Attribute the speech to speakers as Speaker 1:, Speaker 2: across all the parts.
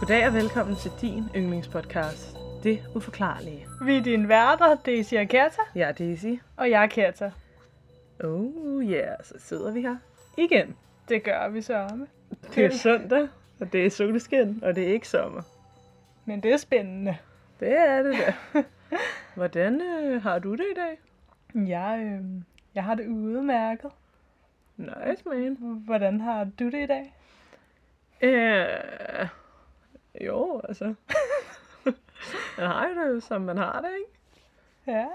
Speaker 1: Goddag og velkommen til din yndlingspodcast, Det Uforklarlige.
Speaker 2: Vi er dine værter, Daisy og Kerta,
Speaker 1: Jeg er Daisy.
Speaker 2: og jeg er Kerta.
Speaker 1: Oh yeah, så sidder vi her igen.
Speaker 2: Det gør vi sørme.
Speaker 1: Det er søndag, og det er solskin, og det er ikke sommer.
Speaker 2: Men det er spændende.
Speaker 1: Det er det der. Hvordan øh, har du det i dag?
Speaker 2: Jeg, øh, jeg har det udmærket.
Speaker 1: Nice, man.
Speaker 2: Hvordan har du det i dag?
Speaker 1: Øh, jo, altså. man har jo det, som man har det, ikke?
Speaker 2: Ja?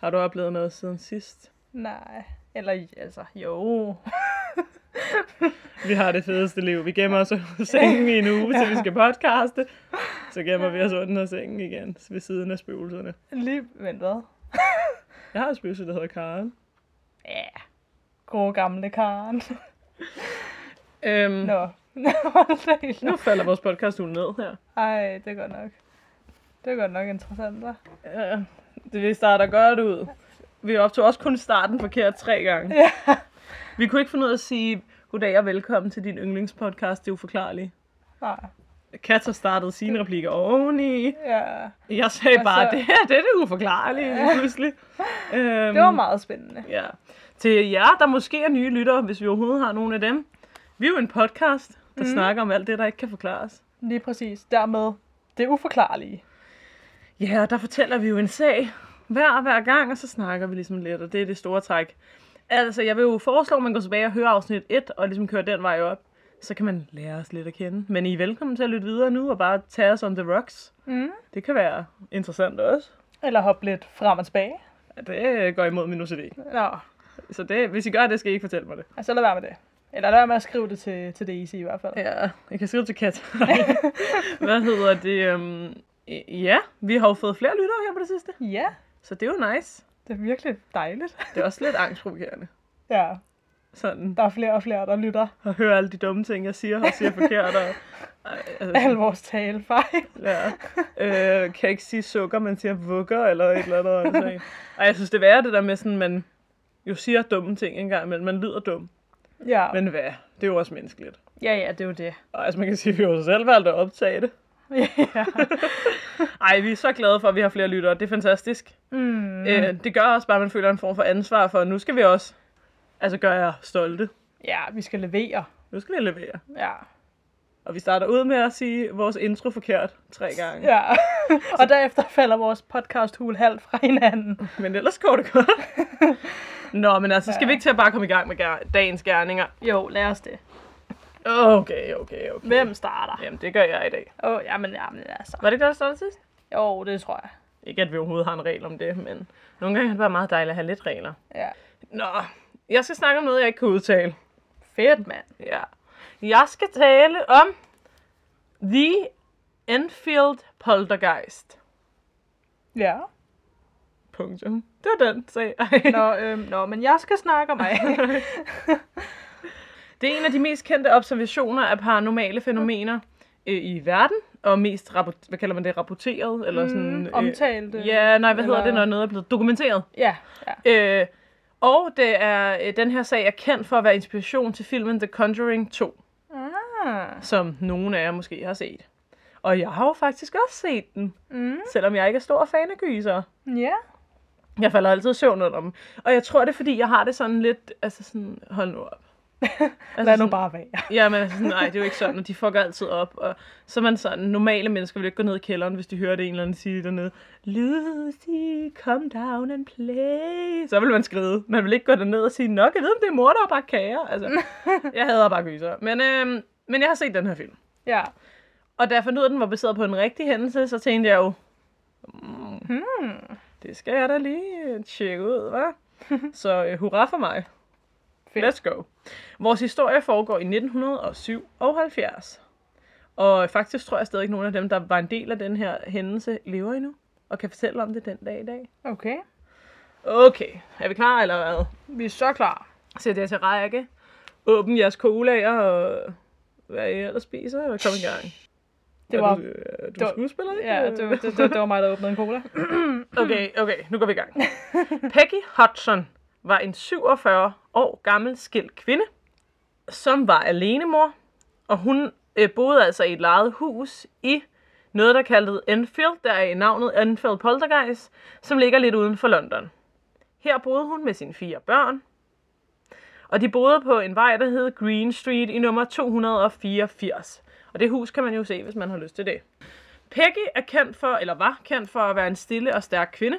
Speaker 1: Har du oplevet noget siden sidst?
Speaker 2: Nej. Eller altså, jo.
Speaker 1: Vi har det fedeste liv. Vi gemmer os under sengen i en uge, til vi skal podcaste. Så gemmer vi os under sengen igen ved siden af spøgelserne.
Speaker 2: Lige, vent hvad?
Speaker 1: Jeg har et spøgelse, der hedder Karen.
Speaker 2: Ja. Gode gamle Karen.
Speaker 1: Øhm,
Speaker 2: Nå. Hold da helt
Speaker 1: Nu
Speaker 2: op.
Speaker 1: falder vores podcast uge ned her.
Speaker 2: Ej, det er godt nok. Det er godt nok interessant, hva'?
Speaker 1: Øh, det vi starter godt ud. Vi optog også kun starten forkert tre gange.
Speaker 2: Ja.
Speaker 1: Vi kunne ikke finde ud af at sige goddag og velkommen til din yndlingspodcast, det er uforklarligt.
Speaker 2: Nej.
Speaker 1: Katja startede sine replikker oveni.
Speaker 2: Ja.
Speaker 1: Jeg sagde
Speaker 2: Og
Speaker 1: bare,
Speaker 2: så-
Speaker 1: det her, det er det uforklarlige lige pludselig. Øhm,
Speaker 2: Det var meget spændende.
Speaker 1: Ja. Til jer, der måske er nye lyttere, hvis vi overhovedet har nogen af dem. Vi er jo en podcast, der
Speaker 2: Mhm.
Speaker 1: mm. snakker om alt det, der ikke kan forklares.
Speaker 2: Lige præcis. Dermed det uforklarlige.
Speaker 1: Ja, og der fortæller vi jo en sag hver og hver gang, og så snakker vi ligesom lidt, og det er det store træk. Altså, jeg vil jo foreslå, at man går tilbage og hører afsnit 1, og ligesom kører den vej op. Så kan man lære os lidt at kende. Men I er velkommen til at lytte videre nu, og bare tage os on the rocks.
Speaker 2: Mm.
Speaker 1: Det kan være interessant også.
Speaker 2: Eller hoppe lidt frem og tilbage.
Speaker 1: Ja, det øh, går imod min OCD.
Speaker 2: Nå,
Speaker 1: Så det, hvis I gør det, skal I ikke fortælle mig det.
Speaker 2: altså lad være med det. Eller lad være med at skrive det til, til Daisy i hvert fald.
Speaker 1: Ja, jeg kan skrive til Kat. Hvad hedder det? Um, ja, vi har jo fået flere lyttere her på det sidste.
Speaker 2: Ja,
Speaker 1: Så det er jo nice.
Speaker 2: det er virkelig dejligt.
Speaker 1: Det er også lidt angstprovokerende.
Speaker 2: Ja,
Speaker 1: Sådan
Speaker 2: der er flere og flere, der lytter
Speaker 1: at høre alle de dumme ting, jeg siger og siger forkert. Og, Ej, altså,
Speaker 2: al vores tale fejl.
Speaker 1: ja. øh, kan ikke sige sukker, man siger vugger eller et eller andet. åndssvagt. Ej, jeg synes, det er værre det der med sådan, man jo siger dumme ting engang, men man lyder dum.
Speaker 2: Ja.
Speaker 1: Men hvad? Det er jo også menneskeligt.
Speaker 2: ja, ja, det er jo det.
Speaker 1: Og altså, man kan sige, at vi har jo selv valgt at optage det.
Speaker 2: ja.
Speaker 1: Ej, vi er så glade for, at vi har flere lyttere. Det er fantastisk.
Speaker 2: Mm.
Speaker 1: Øh, det gør også bare, at man føler en form for ansvar for, at nu skal vi også altså gøre jer stolte.
Speaker 2: ja, vi skal levere.
Speaker 1: Nu skal vi levere.
Speaker 2: Ja.
Speaker 1: Og vi starter ud med at sige vores intro forkert tre gange. Ja.
Speaker 2: ja. og derefter falder vores podcast hul halvt fra hinanden.
Speaker 1: Men ellers går det godt. Nå, men altså, skal
Speaker 2: Ja.
Speaker 1: vi ikke til at bare komme i gang med ger- dagens gerninger?
Speaker 2: Jo, lad os det.
Speaker 1: Okay, okay, okay.
Speaker 2: Hvem starter?
Speaker 1: Jamen, det gør jeg i dag.
Speaker 2: Åh, oh, jamen, jamen, altså.
Speaker 1: Var det ikke det, der stod sidst?
Speaker 2: Jo, det tror jeg.
Speaker 1: Ikke, at vi overhovedet har en regel om det, men nogle gange er det bare meget dejligt at have lidt regler.
Speaker 2: Ja.
Speaker 1: Nå, jeg skal snakke om noget, jeg ikke kan udtale.
Speaker 2: Fedt, mand.
Speaker 1: Ja. Jeg skal tale om The Enfield Poltergeist.
Speaker 2: Ja.
Speaker 1: Punktum. Det var den, sag. Ej.
Speaker 2: Nå, øhm, nå, men jeg skal snakke om mig.
Speaker 1: Det er en af de mest kendte observationer af paranormale fænomener øh, i verden, og mest, rapport- hvad kalder man det, rapporteret? Eller sådan, øh,
Speaker 2: Mm, Omtalte.
Speaker 1: Ja, nej, hvad hedder det,
Speaker 2: eller-
Speaker 1: når noget er blevet dokumenteret?
Speaker 2: Ja, ja.
Speaker 1: Øh, og det er, øh, den her sag er kendt for at være inspiration til filmen The Conjuring 2,
Speaker 2: Ah.
Speaker 1: som nogen af jer måske har set. Og jeg har jo faktisk også set den.
Speaker 2: Mm.
Speaker 1: Selvom jeg ikke er stor fan af gyser.
Speaker 2: Ja.
Speaker 1: Jeg falder altid i søvn under dem. Og jeg tror, det er, fordi jeg har det sådan lidt... Altså sådan, hold nu op. Altså
Speaker 2: Lad nu
Speaker 1: sådan-
Speaker 2: bare være.
Speaker 1: Jamen, altså sådan, nej, det er jo ikke sådan, og de fucker altid op. Og så er man sådan, normale mennesker vil ikke gå ned i kælderen, hvis de hører det en eller anden sige dernede. Lucy, come down and play. Så vil man skride. Man vil ikke gå derned og sige, nok, jeg ved, om det er mor, der har bagt kager. Altså, jeg hader bare gyser. Men, øhm, men jeg har set den her film.
Speaker 2: Ja.
Speaker 1: Og da jeg fandt ud af, at den var baseret på en rigtig hændelse, så tænkte jeg jo, mm, hmm. det skal jeg da lige øh, tjekke ud, hva'? så øh, hurra for mig.
Speaker 2: Fedt.
Speaker 1: Let's go. Vores historie foregår i 1977. Og øh, faktisk tror jeg stadig ikke, nogen af dem, der var en del af den her hændelse, lever endnu. Og kan fortælle om det den dag i dag.
Speaker 2: Okay.
Speaker 1: Okay, er vi klar eller hvad?
Speaker 2: Vi er så klar.
Speaker 1: Sæt jer til række. Åbn jeres colaer og hvad I ellers spiser, og kom i gang.
Speaker 2: Det
Speaker 1: Er
Speaker 2: var-
Speaker 1: Du, øh, er du
Speaker 2: det var-
Speaker 1: skuespiller, ikke?
Speaker 2: Ja, det, det, det, det var mig, der åbnede en cola.
Speaker 1: Okay, okay, nu går vi i gang. Peggy Hudson var en 47 år gammel skilt kvinde, som var alenemor, og hun øh, boede altså i et lejet hus i noget, der kaldtes Enfield, der er i navnet Enfield Poltergeist, som ligger lidt uden for London. Her boede hun med sine fire børn, og de boede på en vej, der hed Green Street i nummer 284. Og det hus kan man jo se, hvis man har lyst til det. Peggy er kendt for, eller var kendt for at være en stille og stærk kvinde.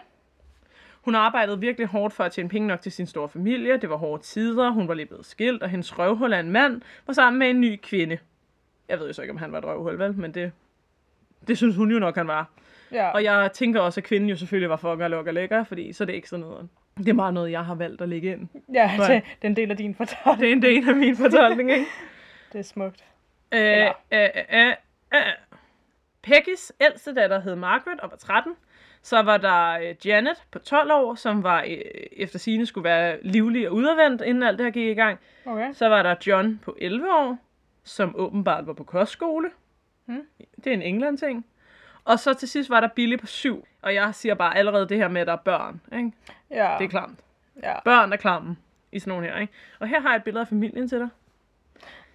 Speaker 1: Hun arbejdede virkelig hårdt for at tjene penge nok til sin store familie. Det var hårde tider, hun var lige blevet skilt, og hendes røvhul af en mand var sammen med en ny kvinde. Jeg ved jo så ikke, om han var et røvhul, vel? Men det, det synes hun jo nok, han var.
Speaker 2: Ja.
Speaker 1: Og jeg tænker også, at kvinden jo selvfølgelig var fucker, lukker, lækker, fordi så er det ekstra nederen. Det er meget noget, jeg har valgt at lægge ind.
Speaker 2: ja,
Speaker 1: Nej.
Speaker 2: det, det er en del af din fortolkning.
Speaker 1: Det er en del af min fortolkning, ikke?
Speaker 2: Det er smukt.
Speaker 1: Øh,
Speaker 2: Eller-
Speaker 1: øh, øh, øh. Peggys ældste datter hed Margaret og var 13. Så var der øh, Janet på 12 år, som var øh, efter sine skulle være livlig og udadvendt, inden alt det her gik i gang.
Speaker 2: Okay.
Speaker 1: Så var der John på 11 år, som åbenbart var på kostskole.
Speaker 2: Hmm.
Speaker 1: Det er en England-ting. Og så til sidst var der Billy på 7. Og jeg siger bare allerede det her med, at der er børn. Ikke?
Speaker 2: Ja.
Speaker 1: Det er klamt.
Speaker 2: Ja.
Speaker 1: Børn er klamme i sådan nogle her. Ikke? Og her har jeg et billede af familien til dig.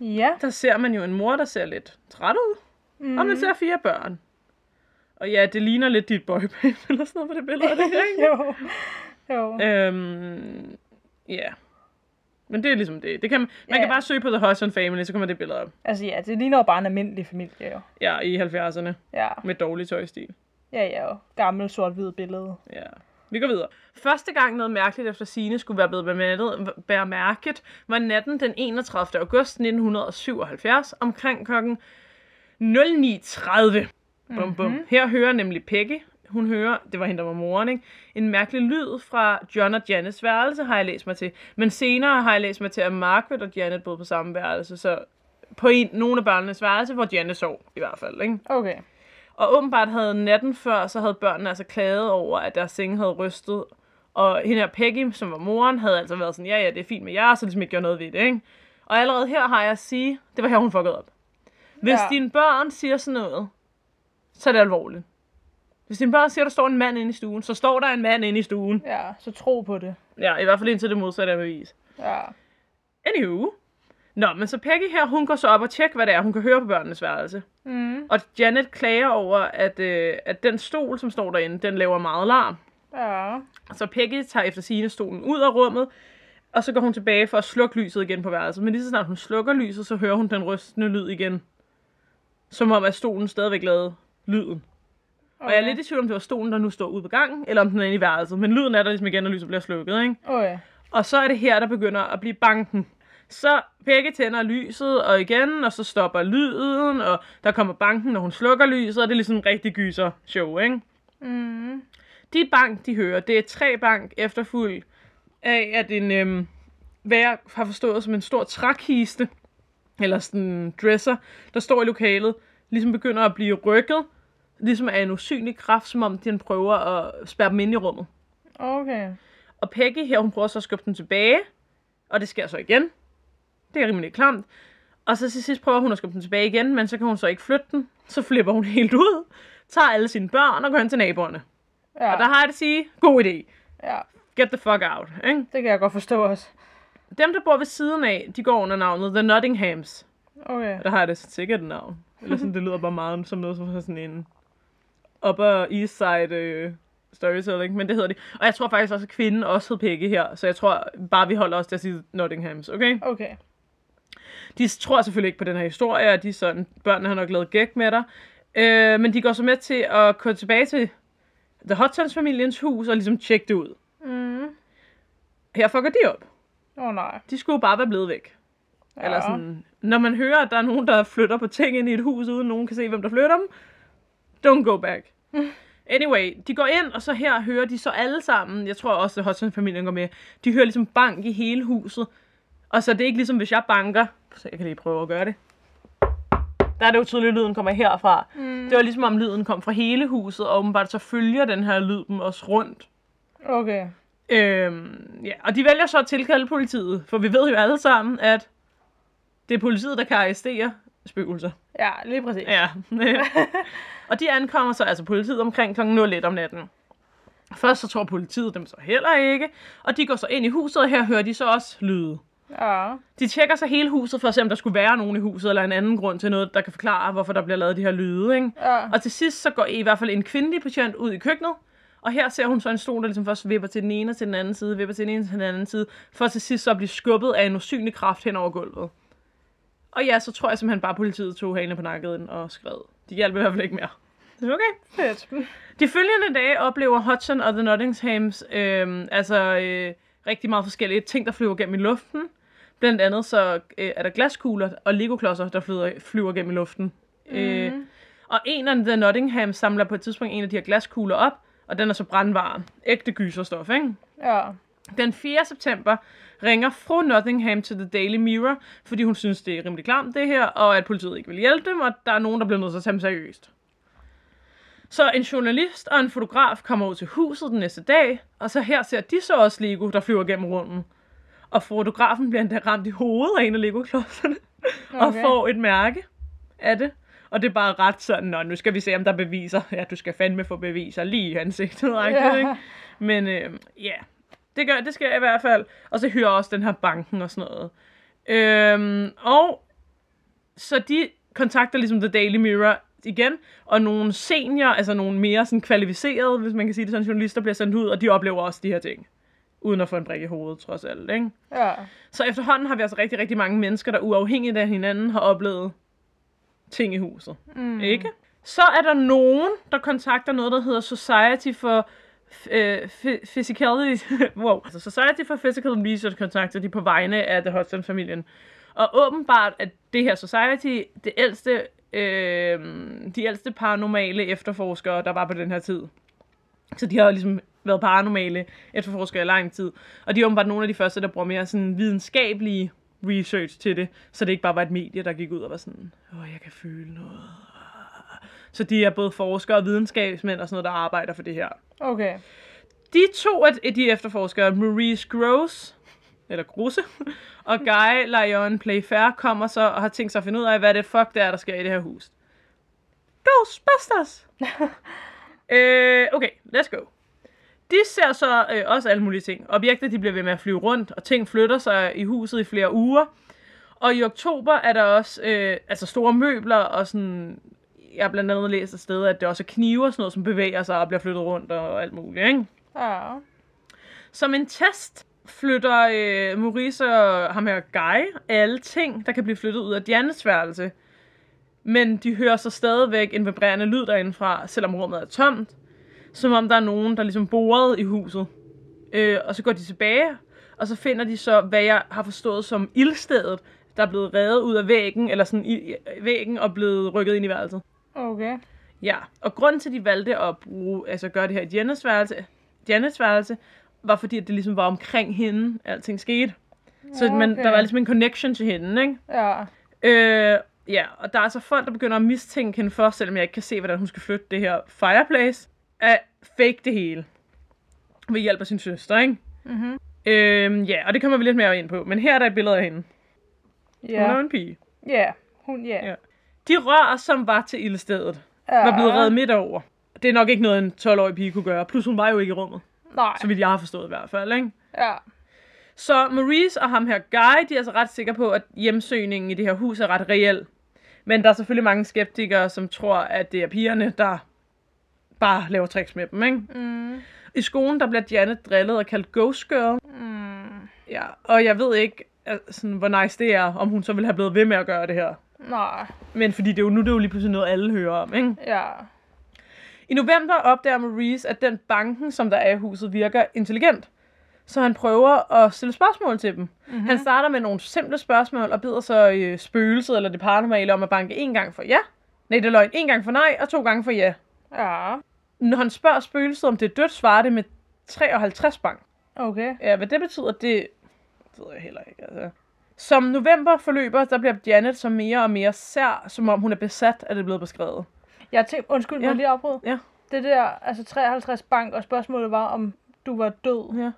Speaker 2: ja.
Speaker 1: Der ser man jo en mor, der ser lidt træt ud.
Speaker 2: Mm.
Speaker 1: Mm. Og man ser fire børn. Og ja, det ligner lidt dit boyband, eller sådan noget på det billede. er Det, ikke?
Speaker 2: jo. Jo.
Speaker 1: øhm, ja. Men det er ligesom det. det kan, man
Speaker 2: Ja,
Speaker 1: kan
Speaker 2: ja.
Speaker 1: bare søge på The Hudson Family, så kommer det billede op.
Speaker 2: Altså ja, det ligner jo bare en almindelig familie jo.
Speaker 1: Ja, i 70'erne.
Speaker 2: Ja.
Speaker 1: Med dårlig tøjstil.
Speaker 2: Ja, ja. Jo. Gammel sort-hvid billede.
Speaker 1: Ja. Vi går videre. Første gang noget mærkeligt efter sine skulle være blevet bemærket, bemærket var natten den 31. august 1977 omkring klokken 09.30. Bum, bum. Mm-hmm. Her hører nemlig Peggy, hun hører, det var hende, der var moren, ikke? en mærkelig lyd fra John og Janets værelse, har jeg læst mig til. Men senere har jeg læst mig til, at Margaret og Janet boede på samme værelse, så på en, nogle af børnenes værelse, hvor Janet sov i hvert fald. Ikke?
Speaker 2: Okay.
Speaker 1: Og åbenbart havde natten før, så havde børnene altså klaget over, at deres senge havde rystet. Og hende her Peggy, som var moren, havde altså været sådan, ja ja, det er fint med jer, så ligesom ikke gjorde noget ved det, ikke? Og allerede her har jeg at sige, det var her, hun fuckede op. Hvis
Speaker 2: Ja.
Speaker 1: ja. dine børn siger sådan noget, så er det alvorligt. Hvis dine børn siger, der står en mand inde i stuen, så står der en mand inde i stuen.
Speaker 2: Ja, så tro på det.
Speaker 1: Ja, i hvert fald indtil det modsatte er bevis.
Speaker 2: Ja.
Speaker 1: Anywho. Nå, men så Peggy her, hun går så op og tjekker, hvad det er, hun kan høre på børnenes værelse.
Speaker 2: Mm.
Speaker 1: Og Janet klager over, at, øh, at den stol, som står derinde, den laver meget larm.
Speaker 2: Ja.
Speaker 1: Så Peggy tager efter sine stolen ud af rummet, og så går hun tilbage for at slukke lyset igen på værelset. Men lige så snart hun slukker lyset, så hører hun den rystende lyd igen. Som om, at stolen stadigvæk lavede lyden. Okay. Og jeg er lidt i tvivl, om det var stolen, der nu står ude på gangen, eller om den er inde i værelset. Men lyden er der ligesom igen, og lyset bliver slukket, ikke?
Speaker 2: Okay.
Speaker 1: Og så er det her, der begynder at blive banken. Så Peggy tænder lyset, og igen, og så stopper lyden, og der kommer banken, når hun slukker lyset, og det er ligesom en rigtig gyser show, ikke?
Speaker 2: Mm.
Speaker 1: De bank, de hører, det er tre bank efterfulgt af, at en, øhm, hvad jeg har forstået som en stor trækiste, eller sådan en dresser, der står i lokalet, ligesom begynder at blive rykket, ligesom af en usynlig kraft, som om den prøver at spærre dem ind i rummet.
Speaker 2: Okay.
Speaker 1: Og Peggy her, hun prøver så at skubbe den tilbage. Og det sker så igen. Det er rimelig klamt. Og så til sidst prøver hun at skubbe den tilbage igen, men så kan hun så ikke flytte den. Så flipper hun helt ud, tager alle sine børn og går hen til naboerne.
Speaker 2: Ja.
Speaker 1: Og der har jeg det at sige, god idé.
Speaker 2: ja.
Speaker 1: Get the fuck out. Ikke?
Speaker 2: Det kan jeg godt forstå også.
Speaker 1: Dem, der bor ved siden af, de går under navnet The Nottinghams.
Speaker 2: Okay.
Speaker 1: Og der har jeg det sikkert et navn. Eller sådan, det lyder bare meget som noget fra sådan en upper east side øh, storytelling, men det hedder de. Og jeg tror faktisk også, at kvinden også hed Peggy her, så jeg tror bare, vi holder os til at sige Nottinghams, okay?
Speaker 2: Okay.
Speaker 1: De tror selvfølgelig ikke på den her historie, og de er sådan, børnene har nok lavet gæk med dig. Øh, men de går så med til at gå tilbage til The Hottons familiens hus og ligesom tjekke det ud.
Speaker 2: Mm.
Speaker 1: Her fucker de op.
Speaker 2: Åh oh, nej.
Speaker 1: De skulle jo bare være blevet væk.
Speaker 2: Ja.
Speaker 1: Ja. Eller sådan, når man hører, at der er nogen, der flytter på ting ind i et hus, uden nogen kan se, hvem der flytter dem, don't go back. Anyway, de går ind, og så her hører de så alle sammen, jeg tror også, at Hudson-familien går med, de hører ligesom bank i hele huset. Og så det er ikke ligesom, hvis jeg banker, så jeg kan lige prøve at gøre det. Der er det jo tydeligt, at lyden kommer herfra.
Speaker 2: Mm.
Speaker 1: Det var ligesom, om lyden kom fra hele huset, og åbenbart så følger den her lyd dem også rundt.
Speaker 2: Okay.
Speaker 1: Øhm, ja, og de vælger så at tilkalde politiet, for vi ved jo alle sammen, at det er politiet, der kan arrestere spøgelser.
Speaker 2: Ja, lige præcis.
Speaker 1: Ja. og de ankommer så altså politiet omkring kl. 01 om natten. Først så tror politiet dem så heller ikke, og de går så ind i huset, og her hører de så også lyde.
Speaker 2: Ja.
Speaker 1: De tjekker så hele huset for at se, om der skulle være nogen i huset, eller en anden grund til noget, der kan forklare, hvorfor der bliver lavet de her lyde. Ikke?
Speaker 2: ja.
Speaker 1: Og til sidst så går i hvert fald en kvindelig patient ud i køkkenet, og her ser hun så en stol, der ligesom først vipper til den ene og til den anden side, vipper til den ene og til den anden side, for til sidst så at blive skubbet af en usynlig kraft hen over gulvet. Og ja, så tror jeg simpelthen bare, at politiet tog halen på nakken og skred. De hjalp i hvert fald ikke mere. Så Okay.
Speaker 2: Fedt.
Speaker 1: De følgende dage oplever Hudson og The Nottinghams øh, altså øh, rigtig meget forskellige ting, der flyver gennem i luften. Blandt andet så øh, er der glaskugler og legoklodser, der flyver, flyver gennem i luften. Mm. Øh, og en af The Nottingham samler på et tidspunkt en af de her glaskugler op, og den er så brandvarm. Ægte gyserstof, ikke?
Speaker 2: Ja.
Speaker 1: Den 4. september ringer fru Nottingham til The Daily Mirror, fordi hun synes, det er rimelig klamt det her, og at politiet ikke vil hjælpe dem, og der er nogen, der bliver nødt til at tage dem seriøst. Så en journalist og en fotograf kommer ud til huset den næste dag, og så her ser de så også Lego, der flyver gennem rummet. Og fotografen bliver endda ramt i hovedet af en af Lego-klodserne, okay. og
Speaker 2: Okay.
Speaker 1: får et mærke af det. Og det er bare ret sådan, nå, nu skal vi se, om der er beviser. Ja, du skal fandme få beviser lige i ansigtet, yeah. ikke?
Speaker 2: Ja.
Speaker 1: Men øh, ja, det, gør, det skal jeg i hvert fald. Og så hører også den her banken og sådan noget. Øhm, og så de kontakter ligesom The Daily Mirror igen, og nogle senior, altså nogle mere sådan kvalificerede, hvis man kan sige det sådan, journalister bliver sendt ud, og de oplever også de her ting. Uden at få en brik i hovedet, trods alt, ikke?
Speaker 2: Ja.
Speaker 1: Så efterhånden har vi altså rigtig, rigtig mange mennesker, der uafhængigt af hinanden har oplevet ting i huset.
Speaker 2: Mm.
Speaker 1: Ikke? Så er der nogen, der kontakter noget, der hedder Society for øh, Phy- Physicality. wow. Altså Society for Physical Research kontakter de på vegne af The Hudson-familien. Og åbenbart, at det her Society, det ældste, øh, de ældste paranormale efterforskere, der var på den her tid. Så de har jo ligesom været paranormale efterforskere i lang tid. Og de er åbenbart nogle af de første, der bruger mere sådan videnskabelige research til det. Så det ikke bare var et medie, der gik ud og var sådan, åh, jeg kan føle noget. Så de er både forskere og videnskabsmænd og sådan noget, der arbejder for det her.
Speaker 2: Okay.
Speaker 1: De to af de efterforskere, Maurice Gross, eller Grosse, og Guy Lyon Playfair, kommer så og har tænkt sig at finde ud af, hvad det fuck det er, der sker i det her hus. Ghostbusters! øh, okay, let's go. De ser så øh, også alle mulige ting. Objekter de bliver ved med at flyve rundt, og ting flytter sig i huset i flere uger. Og i oktober er der også øh, altså store møbler og sådan... Jeg har blandt andet læst et sted, at det også er knive og sådan noget, som bevæger sig og bliver flyttet rundt og alt muligt, ikke?
Speaker 2: Ja.
Speaker 1: Som en test flytter øh, Maurice og ham her Guy alle ting, der kan blive flyttet ud af Dianes værelse. Men de hører så stadigvæk en vibrerende lyd derindefra, selvom rummet er tomt. Som om der er nogen, der ligesom borede i huset. Øh, og så går de tilbage, og så finder de så, hvad jeg har forstået som ildstedet, der er blevet revet ud af væggen, eller sådan i, i væggen og blevet rykket ind i værelset.
Speaker 2: Okay.
Speaker 1: Ja, og grunden til, at de valgte at bruge, altså gøre det her i Janes værelse, Janes værelse, var fordi, at det ligesom var omkring hende, alting skete. Så okay. man,
Speaker 2: Okay.
Speaker 1: der var ligesom en connection til hende, ikke?
Speaker 2: Ja.
Speaker 1: Øh, ja, og der er altså folk, der begynder at mistænke hende for, selvom jeg ikke kan se, hvordan hun skal flytte det her fireplace, at fake det hele ved hjælp af sin søster, ikke?
Speaker 2: Mhm.
Speaker 1: Øh, ja, og det kommer vi lidt mere ind på, men her er der et billede af hende. Hun er jo
Speaker 2: Ja.
Speaker 1: en pige.
Speaker 2: Ja. Hun, ja.
Speaker 1: Ja.
Speaker 2: ja.
Speaker 1: De rør, som var til ildstedet, var blevet reddet midt over. Det er nok ikke noget, en 12-årig pige kunne gøre. Plus hun var jo ikke i rummet,
Speaker 2: Nej.
Speaker 1: så vidt jeg har forstået i hvert fald. Ikke?
Speaker 2: Ja.
Speaker 1: Så Maurice og ham her Guy, de er altså ret sikre på, at hjemsøgningen i det her hus er ret reel. Men der er selvfølgelig mange skeptikere, som tror, at det er pigerne, der bare laver tricks med dem. Ikke?
Speaker 2: Mm.
Speaker 1: I skolen, der bliver Janet drillet og kaldt ghost girl.
Speaker 2: Mm.
Speaker 1: Ja, og jeg ved ikke, altså, hvor nice det er, om hun så ville have blevet ved med at gøre det her.
Speaker 2: Nej.
Speaker 1: Men fordi det er jo, nu det er det jo lige pludselig noget, alle hører om, ikke?
Speaker 2: Ja.
Speaker 1: I november opdager Maurice, at den banken, som der er i huset, virker intelligent. Så han prøver at stille spørgsmål til dem. Mm-hmm. Han starter med nogle simple spørgsmål og beder så øh, spøgelset eller det paranormale om at banke en gang for ja. Nej, det er løgn. En gang for nej og to gange for ja.
Speaker 2: Ja.
Speaker 1: Når han spørger spøgelset, om det er dødt, svarer det med 53 bank.
Speaker 2: Okay.
Speaker 1: Ja, hvad det betyder, det ved jeg heller ikke. Altså. Som november forløber, der bliver Janet så mere og mere sær, som om hun er besat, at det er blevet beskrevet.
Speaker 2: Jeg tænkte, undskyld, må
Speaker 1: Ja.
Speaker 2: jeg lige afbryde?
Speaker 1: Ja.
Speaker 2: Det der, altså 53 bank, og spørgsmålet var, om du var død.
Speaker 1: Ja.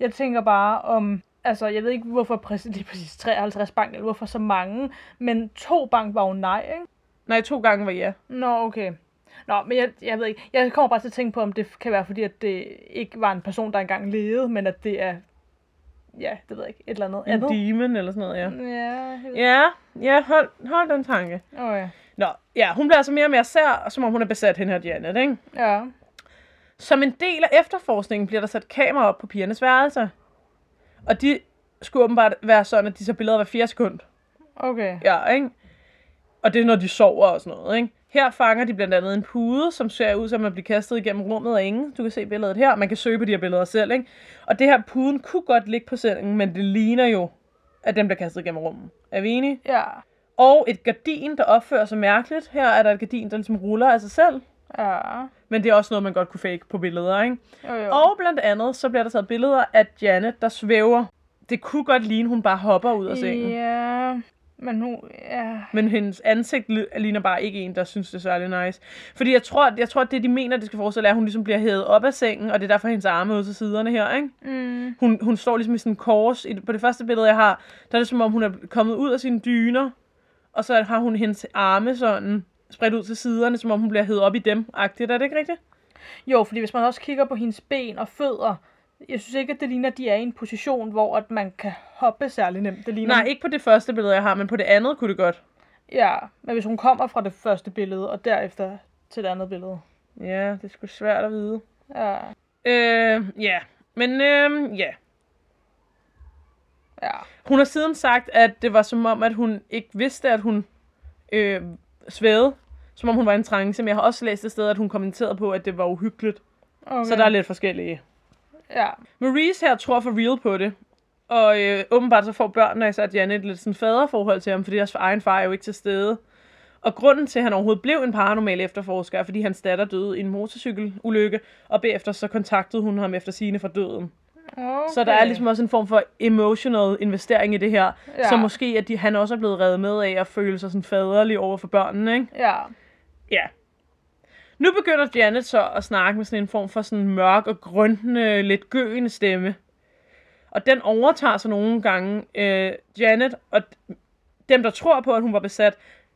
Speaker 2: Jeg tænker bare om, altså jeg ved ikke, hvorfor præcis, det er præcis 53 bank, eller hvorfor så mange, men to bank var jo nej, ikke?
Speaker 1: Nej, to gange var ja.
Speaker 2: Nå, okay. Nå, men jeg, jeg ved ikke. Jeg kommer bare til at tænke på, om det kan være fordi, at det ikke var en person, der engang levede, men at det er ja, det ved jeg ikke, et eller andet
Speaker 1: En
Speaker 2: andet.
Speaker 1: demon eller sådan noget, ja.
Speaker 2: Ja, jeg ved-
Speaker 1: Ja, ja hold, hold den tanke.
Speaker 2: Åh, ja.
Speaker 1: Nå, ja, hun bliver altså mere og mere sær, og som om hun er besat hende her, Janet, ikke?
Speaker 2: ja.
Speaker 1: Som en del af efterforskningen bliver der sat kamera op på pigernes værelser. Og de skulle åbenbart være sådan, at de så billeder hver fjerde sekund.
Speaker 2: Okay.
Speaker 1: Ja, ikke? Og det er, når de sover og sådan noget, ikke? Her fanger de blandt andet en pude, som ser ud som at blive kastet igennem rummet af ingen. Du kan se billedet her. Man kan søge på de her billeder selv, ikke? Og det her puden kunne godt ligge på sengen, men det ligner jo, at den bliver kastet igennem rummet. Er vi enige?
Speaker 2: Ja.
Speaker 1: Og et gardin, der opfører sig mærkeligt. Her er der et gardin, der ligesom ruller af sig selv.
Speaker 2: Ja.
Speaker 1: Men det er også noget, man godt kunne fake på billeder, ikke?
Speaker 2: Jo, jo.
Speaker 1: Og blandt andet, så bliver der taget billeder af Janet, der svæver. Det kunne godt ligne, hun bare hopper ud af sengen.
Speaker 2: Ja. Men nu, ja.
Speaker 1: Men hendes ansigt li- ligner bare ikke en, der synes, det er særlig nice. Fordi jeg tror, jeg tror, at det, de mener, det skal forestille, er, at hun ligesom bliver hævet op af sengen, og det er derfor hendes arme er ude til siderne her, ikke?
Speaker 2: Mm.
Speaker 1: Hun, hun står ligesom i sådan en kors. I, på det første billede, jeg har, der er det som om, hun er kommet ud af sine dyner, og så har hun hendes arme sådan spredt ud til siderne, som om hun bliver hævet op i dem. Agtigt, er det ikke rigtigt?
Speaker 2: Jo, fordi hvis man også kigger på hendes ben og fødder, jeg synes ikke, at det ligner, at de er i en position, hvor at man kan hoppe særlig nemt. Det ligner,
Speaker 1: Nej, ikke på det første billede, jeg har, men på det andet kunne det godt.
Speaker 2: Ja, men hvis hun kommer fra det første billede, og derefter til det andet billede.
Speaker 1: Ja, det er sgu svært at vide.
Speaker 2: Ja,
Speaker 1: Øh, ja. Men øh, ja.
Speaker 2: ja.
Speaker 1: Hun har siden sagt, at det var som om, at hun ikke vidste, at hun øh, svævede. Som om hun var i en trance. Men jeg har også læst et sted, at hun kommenterede på, at det var uhyggeligt.
Speaker 2: Okay.
Speaker 1: Okay. Så der er lidt forskellige.
Speaker 2: Ja,
Speaker 1: Maurice her tror for real på det. Og øh, åbenbart så får børnene altså at Janet et lidt sådan faderforhold til ham, fordi deres egen far er jo ikke til stede. Og grunden til, at han overhovedet blev en paranormal efterforsker, er, fordi hans datter døde i en motorcykelulykke, og bagefter så kontaktede hun ham efter sine fra døden.
Speaker 2: okay.
Speaker 1: Så der er ligesom også en form for emotional investering i det her,
Speaker 2: Ja.
Speaker 1: ja. som måske at de, han også er blevet reddet med af at føle sig sådan faderlig over for børnene, ikke?
Speaker 2: Ja,
Speaker 1: Ja. Nu begynder Janet så at snakke med sådan en form for sådan mørk og grøntende, lidt gøende stemme. Og den overtager så nogle gange øh, Janet, og dem, der tror på, at hun var besat,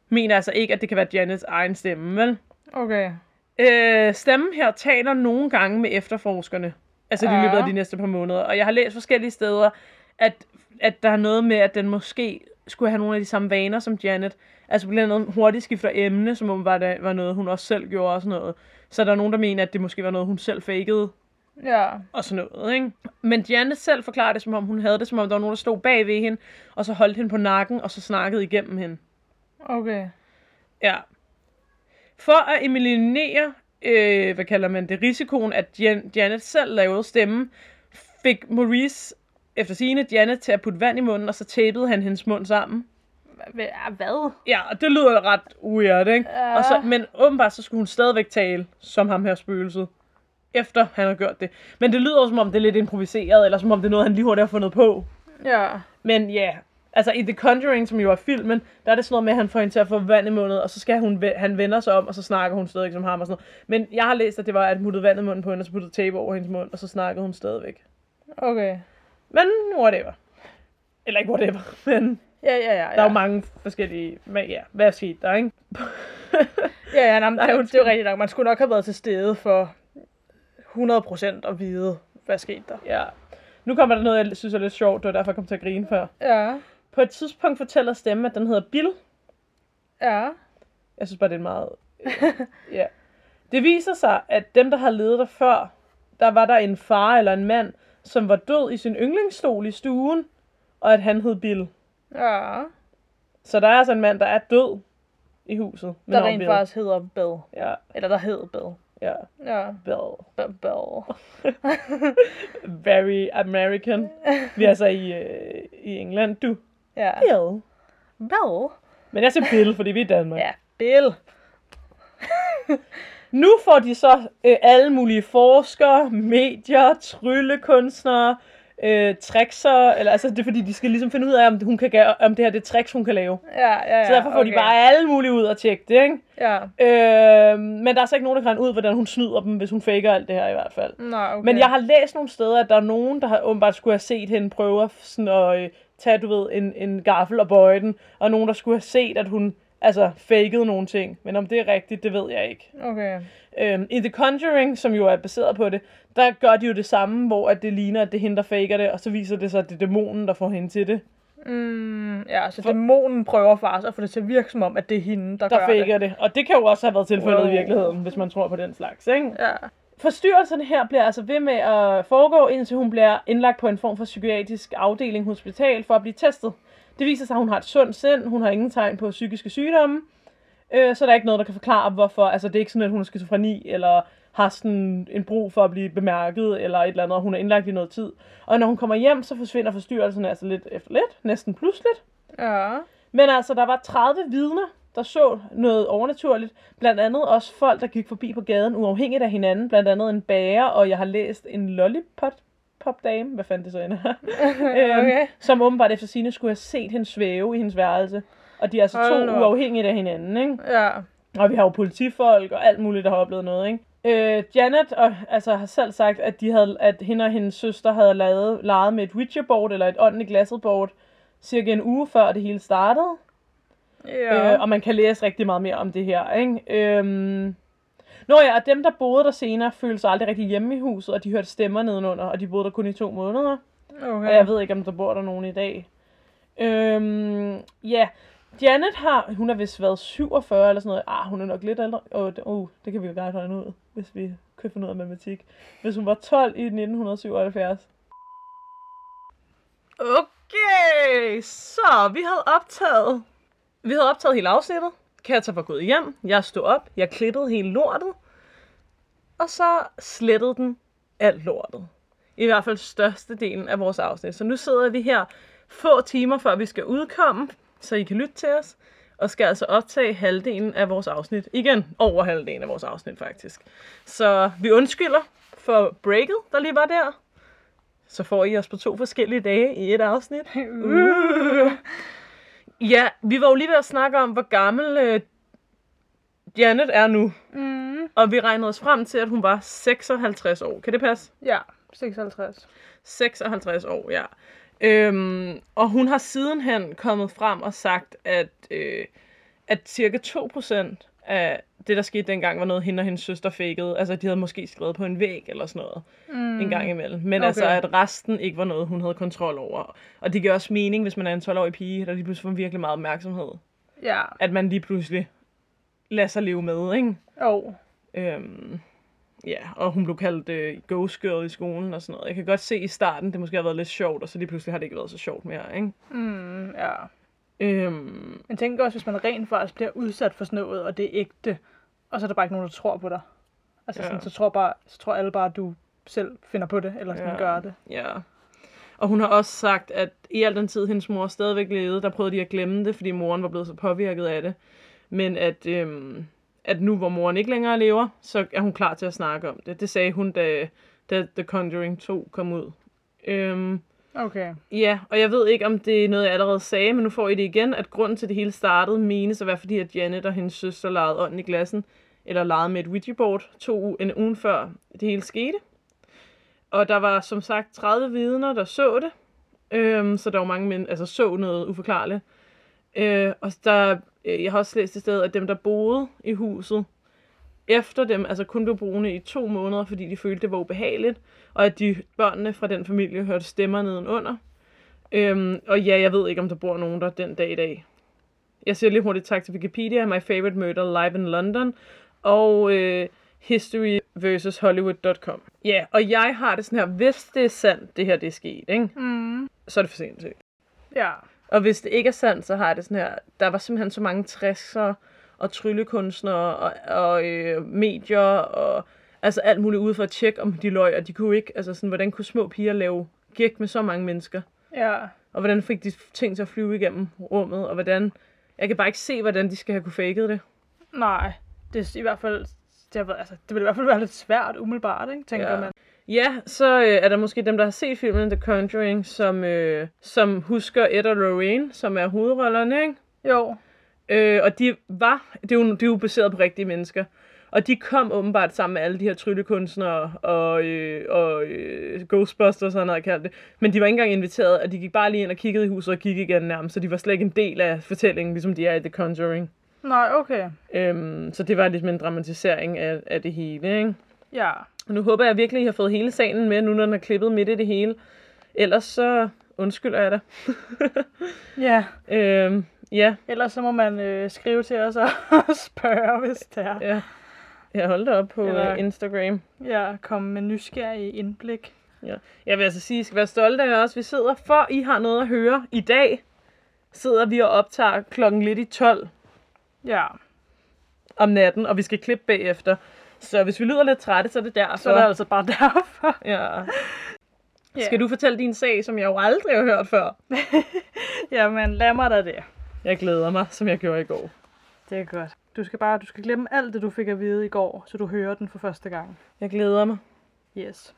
Speaker 1: mener altså ikke, at det kan være Janets egen stemme, vel?
Speaker 2: okay.
Speaker 1: Øh, stemmen her taler nogle gange med efterforskerne. Altså ja.
Speaker 2: Ja.
Speaker 1: i løbet af de næste par måneder. Og jeg har læst forskellige steder, at, at der er noget med, at den måske skulle have nogle af de samme vaner som Janet. Altså blandt andet hurtigt skifter emne, som om var, det, var noget, hun også selv gjorde og sådan noget. Så der er nogen, der mener, at det måske var noget, hun selv fakede
Speaker 2: Ja,
Speaker 1: og sådan noget, ikke? Men Janet selv forklarede det, som om hun havde det, som om der var nogen, der stod bag ved hende, og så holdt hende på nakken, og så snakkede igennem hende.
Speaker 2: okay.
Speaker 1: Ja. For at eliminere, øh, hvad kalder man det, risikoen, at Jan- Janet selv lavede stemmen, fik Maurice efter sine Janet til at putte vand i munden, og så tapede han hendes mund sammen.
Speaker 2: Hva- hva- Hvad?
Speaker 1: Ja, og det lyder ret weird, ikke?
Speaker 2: Ja.
Speaker 1: Og så, men åbenbart, så skulle hun stadigvæk tale som ham her spøgelset, efter han har gjort det. Men det lyder jo, som om det er lidt improviseret, eller som om det er noget, han lige hurtigt har fundet på.
Speaker 2: Ja,
Speaker 1: Men ja, altså i The Conjuring, som jo er filmen, der er det sådan noget med, at han får hende til at få vand i munden, og så skal hun, ve- han vender sig om, og så snakker hun stadigvæk som ham og sådan noget. Men jeg har læst, at det var, at hun puttede vand i munden på hende, og så puttede tape over hendes mund, og så snakkede hun stadigvæk.
Speaker 2: okay.
Speaker 1: Men whatever. Eller ikke whatever, men
Speaker 2: Ja, ja, ja. ja.
Speaker 1: der er jo mange forskellige... Men ja, hvad skete der, ikke?
Speaker 2: Ja, ja, nej, men
Speaker 1: Nej,
Speaker 2: det, det er
Speaker 1: undskyld.
Speaker 2: jo rigtigt nok. Man skulle nok have været til stede for 100% at vide, hvad skete der.
Speaker 1: Ja. Nu kommer der noget, jeg synes er lidt sjovt, det var derfor, jeg kom til at grine før.
Speaker 2: Ja,
Speaker 1: På et tidspunkt fortæller stemmen, at den hedder Bill,
Speaker 2: ja,
Speaker 1: Jeg synes bare, det er en meget... Øh, ja. Det viser sig, at dem, der har levet der før, der var der en far eller en mand, som var død i sin yndlingsstol i stuen, og at han hed Bill.
Speaker 2: ja.
Speaker 1: Så der er altså en mand, der er død i huset. med
Speaker 2: Der
Speaker 1: navn
Speaker 2: rent
Speaker 1: Bill.
Speaker 2: faktisk hedder Bell.
Speaker 1: Ja,
Speaker 2: Eller der hed Bell.
Speaker 1: ja.
Speaker 2: Ja,
Speaker 1: Bill.
Speaker 2: B- Bell.
Speaker 1: Very American. Vi er altså i, øh, i England. Du.
Speaker 2: Ja.
Speaker 1: Bill.
Speaker 2: Bell?
Speaker 1: Men jeg siger Bill, fordi vi er i Danmark.
Speaker 2: Ja, Bill.
Speaker 1: Nu får de så øh, alle mulige forskere, medier, tryllekunstnere, øh, trickser, eller altså det er fordi, de skal ligesom finde ud af, om, hun kan, gøre- om det her det er tricks, hun kan lave.
Speaker 2: Ja, ja, ja.
Speaker 1: Så derfor får
Speaker 2: okay.
Speaker 1: de bare alle mulige ud og tjekke det, ikke?
Speaker 2: Ja,
Speaker 1: Øh, men der er så ikke nogen, der kan regne ud, hvordan hun snyder dem, hvis hun faker alt det her i hvert fald.
Speaker 2: Nå, okay.
Speaker 1: Men jeg har læst nogle steder, at der er nogen, der har åbenbart skulle have set hende prøve at sådan at øh, tage, du ved, en, en gaffel og bøje den, og nogen, der skulle have set, at hun altså faked nogle ting. Men om det er rigtigt, det ved jeg ikke.
Speaker 2: Okay.
Speaker 1: Øhm, I The Conjuring, som jo er baseret på det, der gør de jo det samme, hvor at det ligner, at det er hende, der faker det, og så viser det sig, at det er dæmonen, der får hende til det,
Speaker 2: Mm, ja, så dæmonen prøver faktisk at få det til at virke som om, at det er hende, der,
Speaker 1: der
Speaker 2: gør det.
Speaker 1: faker det. Og det kan jo også have været tilfældet wow.
Speaker 2: Wow.
Speaker 1: i virkeligheden, hvis man tror på den slags, ikke?
Speaker 2: Ja.
Speaker 1: Forstyrrelserne her bliver altså ved med at foregå, indtil hun bliver indlagt på en form for psykiatrisk afdeling hospital for at blive testet. Det viser sig, at hun har et sundt sind, hun har ingen tegn på psykiske sygdomme, øh, så der er ikke noget, der kan forklare, hvorfor. Altså, det er ikke sådan, at hun har skizofreni, eller har sådan en brug for at blive bemærket, eller et eller andet, og hun er indlagt i noget tid. Og når hun kommer hjem, så forsvinder forstyrrelserne altså lidt efter lidt, næsten pludseligt.
Speaker 2: Ja.
Speaker 1: Men altså, der var 30 vidner, der så noget overnaturligt. Blandt andet også folk, der gik forbi på gaden, uafhængigt af hinanden. Blandt andet en bager, og jeg har læst en lollipop pop dame, hvad fanden det så end er, Øhm.
Speaker 2: Okay.
Speaker 1: som åbenbart efter sine skulle have set hende svæve i hendes værelse. Og de er altså to
Speaker 2: Hold nu op.
Speaker 1: uafhængigt af hinanden, ikke?
Speaker 2: Ja.
Speaker 1: Og vi har jo politifolk og alt muligt, der har oplevet noget, ikke? Øh, Janet og, altså, har selv sagt, at, de havde, at hende og hendes søster havde lavet, leget med et Ouija-board eller et ånden i glasset board cirka en uge før det hele startede.
Speaker 2: Ja.
Speaker 1: Øh, og man kan læse rigtig meget mere om det her, ikke? Øhm... Nå ja, og dem, der boede der senere, følte sig aldrig rigtig hjemme i huset, og de hørte stemmer nedenunder, og de boede der kun i to måneder.
Speaker 2: Okay.
Speaker 1: Og jeg ved ikke, om der bor der nogen i dag. Øhm, ja, Janet har, hun har vist været 47 eller sådan noget. Ah, hun er nok lidt ældre. Åh, oh, oh, det kan vi jo godt regne ud, hvis vi kan finde ud af matematik. Hvis hun var 12 i 1977. Okay, så vi havde optaget. Vi havde optaget hele afsnittet. Katja var gået hjem. Jeg stod op. Jeg klippede hele lortet. Og så slettede den alt lortet. I hvert fald størstedelen af vores afsnit. Så nu sidder vi her få timer før vi skal udkomme, så I kan lytte til os. Og skal altså optage halvdelen af vores afsnit. Igen, over halvdelen af vores afsnit faktisk. Så vi undskylder for breaket, der lige var der. Så får I os på to forskellige dage i et afsnit.
Speaker 2: Uh.
Speaker 1: Ja, vi var jo lige ved at snakke om, hvor gammel øh, Janet er nu.
Speaker 2: Mm.
Speaker 1: Og vi regnede os frem til, at hun var 56 år. Kan det passe?
Speaker 2: Ja, 56.
Speaker 1: 56 år, ja. Øhm, og hun har sidenhen kommet frem og sagt, at, øh, at cirka 2% af det, der skete dengang, var noget, hende og hendes søster fakede. Altså, de havde måske skrevet på en væg eller sådan noget
Speaker 2: Mm.
Speaker 1: en gang imellem. Men okay.
Speaker 2: Okay.
Speaker 1: altså, at resten ikke var noget, hun havde kontrol over. Og det giver også mening, hvis man er en 12-årig pige, der lige pludselig får virkelig meget opmærksomhed.
Speaker 2: Ja.
Speaker 1: At man lige pludselig lader sig leve med, ikke?
Speaker 2: Oh.
Speaker 1: Øhm, ja, og hun blev kaldt øh, ghost girl i skolen og sådan noget. Jeg kan godt se i starten, det måske har været lidt sjovt, og så lige pludselig har det ikke været så sjovt mere, ikke?
Speaker 2: Mm, ja.
Speaker 1: Øhm,
Speaker 2: Men tænk også, hvis man rent faktisk bliver udsat for sådan noget, og det er ægte, og så er der bare ikke nogen, der tror på dig. Altså
Speaker 1: Ja.
Speaker 2: sådan, så, tror bare, så tror alle bare, at du selv finder på det, eller sådan
Speaker 1: Ja.
Speaker 2: ja. gør det.
Speaker 1: ja. Og hun har også sagt, at i al den tid, hendes mor stadigvæk levede, der prøvede de at glemme det, fordi moren var blevet så påvirket af det. Men at, øhm, at nu, hvor moren ikke længere lever, så er hun klar til at snakke om det. Det sagde hun, da, da The Conjuring 2 kom ud. Øhm,
Speaker 2: Okay.
Speaker 1: Ja, og jeg ved ikke, om det er noget, jeg allerede sagde, men nu får I det igen, at grunden til det hele startede menes at være fordi, at Janet og hendes søster legede ånden i glassen, eller legede med et Ouija-board to u- en uge før det hele skete. Og der var som sagt 30 vidner, der så det, øhm, så der var mange men altså så noget uforklarligt. Øh, og der, øh, jeg har også læst et sted, at dem, der boede i huset, efter dem, altså kun blev boende i to måneder, fordi de følte, det var ubehageligt, og at de børnene fra den familie hørte stemmer nedenunder. Øhm, og ja, jeg ved ikke, om der bor nogen der den dag i dag. Jeg siger lige hurtigt tak til Wikipedia, My Favorite Murder Live in London, og øh, History versus Hollywood.com. Ja, yeah, og jeg har det sådan her, hvis det er sandt, det her det er sket, ikke?
Speaker 2: Mm.
Speaker 1: så er det for sent.
Speaker 2: Ja.
Speaker 1: Og hvis det ikke er sandt, så har jeg det sådan her, der var simpelthen så mange 60'er og tryllekunstnere og, og øh, medier og altså alt muligt ude for at tjekke, om de løg, og de kunne ikke, altså sådan, hvordan kunne små piger lave gæk med så mange mennesker?
Speaker 2: Ja.
Speaker 1: Og hvordan fik de ting til at flyve igennem rummet, og hvordan... Jeg kan bare ikke se, hvordan de skal have kunne faket det.
Speaker 2: Nej. Det er i hvert fald... Det, har været, altså, det ville i hvert fald være lidt svært umiddelbart, ikke? tænker
Speaker 1: Ja.
Speaker 2: ja. man.
Speaker 1: Ja, så øh, er der måske dem, der har set filmen The Conjuring, som, øh, som husker Ed og Lorraine, som er hovedrollerne, ikke?
Speaker 2: Jo.
Speaker 1: Øh, og de var, det er, jo, det er jo baseret på rigtige mennesker. Og de kom åbenbart sammen med alle de her tryllekunstnere og, øh, og øh, Ghostbusters, sådan noget kaldt det. Men de var ikke engang inviteret, og de gik bare lige ind og kiggede i huset og kiggede igen nærmest, så de var slet ikke en del af fortællingen, ligesom de er i The Conjuring.
Speaker 2: Nej, okay.
Speaker 1: Øhm, så det var ligesom en dramatisering af, af det hele, ikke?
Speaker 2: Ja.
Speaker 1: Og nu håber jeg virkelig, at I har fået hele salen med, nu når den er klippet midt i det hele. Ellers så undskylder jeg dig.
Speaker 2: Ja.
Speaker 1: øhm, ja,
Speaker 2: Ellers så må man øh, skrive til os og spørge, hvis det er.
Speaker 1: ja. Jeg holdt op på
Speaker 2: Eller-
Speaker 1: øh, Instagram.
Speaker 2: Ja, komme med nysgerrige indblik.
Speaker 1: Jeg vil altså sige, I skal være stolte af os. Vi sidder for, I har noget at høre. I dag sidder vi og optager klokken lidt i 12
Speaker 2: Ja.
Speaker 1: om natten, og vi skal klippe bagefter. Så hvis vi lyder lidt trætte, så er det derfor.
Speaker 2: Så er det altså bare derfor.
Speaker 1: ja.
Speaker 2: Ja.
Speaker 1: Skal du fortælle din sag, som jeg jo aldrig har hørt før?
Speaker 2: Jamen, lad mig da det.
Speaker 1: Jeg glæder mig, som jeg gjorde i går.
Speaker 2: Det er godt. Du skal bare du skal glemme alt det, du fik at vide i går, så du hører den for første gang.
Speaker 1: Jeg glæder mig.
Speaker 2: Yes.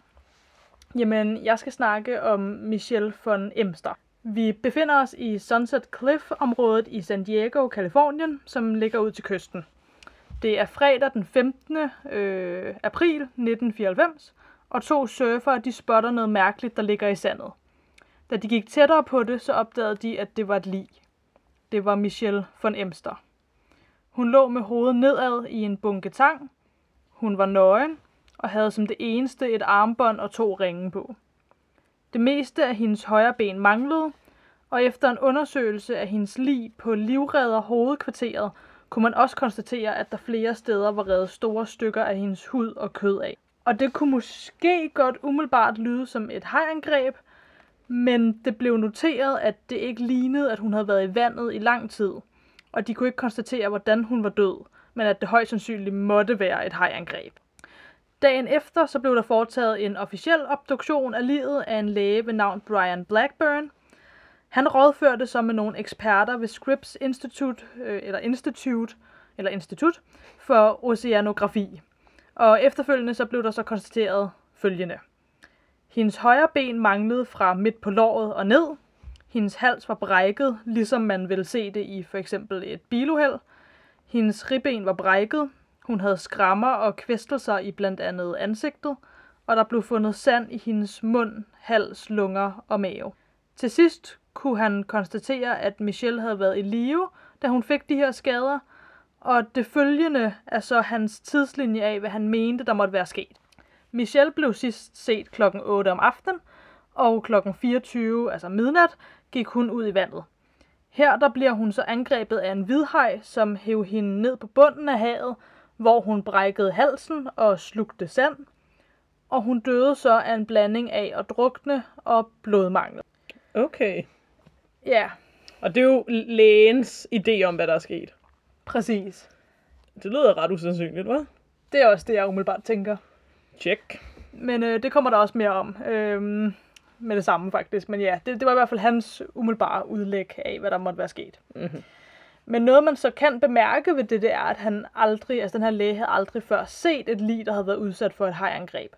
Speaker 2: Jamen, jeg skal snakke om Michelle von Emster. Vi befinder os i Sunset Cliff-området i San Diego, Kalifornien, som ligger ud til kysten. Det er fredag den 15. Øh, april 1994, og to surfere de spotter noget mærkeligt, der ligger i sandet. Da de gik tættere på det, så opdagede de, at det var et lig. Det var Michelle von Emster. Hun lå med hovedet nedad i en bunke tang. Hun var nøgen, og havde som det eneste et armbånd og to ringe på. Det meste af hendes højre ben manglede, og efter en undersøgelse af hendes lig på livredder hovedkvarteret, kunne man også konstatere, at der flere steder var reddet store stykker af hendes hud og kød af. Og det kunne måske godt umiddelbart lyde som et hajangreb, men det blev noteret, at det ikke lignede, at hun havde været i vandet i lang tid, og de kunne ikke konstatere, hvordan hun var død, men at det højst sandsynligt måtte være et hajangreb. Dagen efter så blev der foretaget en officiel obduktion af livet af en læge ved navn Brian Blackburn. Han rådførte sig med nogle eksperter ved Scripps Institute, øh, eller Institute, eller Institut for Oceanografi. Og efterfølgende så blev der så konstateret følgende. Hendes højre ben manglede fra midt på låret og ned. Hendes hals var brækket, ligesom man ville se det i for eksempel et biluheld. Hendes ribben var brækket, hun havde skrammer og kvæstelser i blandt andet ansigtet, og der blev fundet sand i hendes mund, hals, lunger og mave. Til sidst kunne han konstatere, at Michelle havde været i live, da hun fik de her skader, og det følgende er så hans tidslinje af, hvad han mente, der måtte være sket. Michelle blev sidst set klokken 8 om aftenen, og klokken 24, altså midnat, gik hun ud i vandet. Her der bliver hun så angrebet af en hvidhaj, som hev hende ned på bunden af havet, hvor hun brækkede halsen og slugte sand. Og hun døde så af en blanding af at drukne og blodmangel.
Speaker 1: Okay.
Speaker 2: Ja,
Speaker 1: Og det er jo lægens idé om, hvad der er sket.
Speaker 2: præcis.
Speaker 1: Det lyder ret usandsynligt, hva'?
Speaker 2: Det er også det, jeg umiddelbart tænker.
Speaker 1: Check.
Speaker 2: Men øh, det kommer der også mere om øhm, med det samme faktisk. Men ja, det, det var i hvert fald hans umiddelbare udlæg af, hvad der måtte være sket.
Speaker 1: Mhm.
Speaker 2: Men noget, man så kan bemærke ved det, det er, at han aldrig, altså den her læge havde aldrig før set et lig, der havde været udsat for et hajangreb.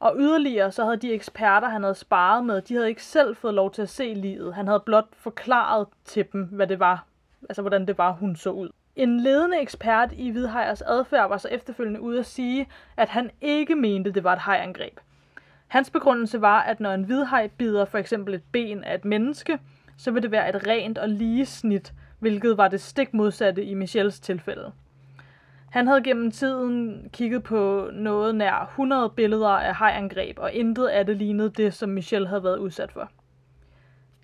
Speaker 2: Og yderligere, så havde de eksperter, han havde sparet med, de havde ikke selv fået lov til at se livet. Han havde blot forklaret til dem, hvad det var, altså hvordan det var, hun så ud. En ledende ekspert i hvidhajers adfærd var så efterfølgende ude at sige, at han ikke mente, det var et hajangreb. Hans begrundelse var, at når en hvidhaj bider for eksempel et ben af et menneske, så vil det være et rent og lige snit, hvilket var det stik modsatte i Michels tilfælde. Han havde gennem tiden kigget på noget nær 100 billeder af hajangreb, og intet af det lignede det, som Michel havde været udsat for.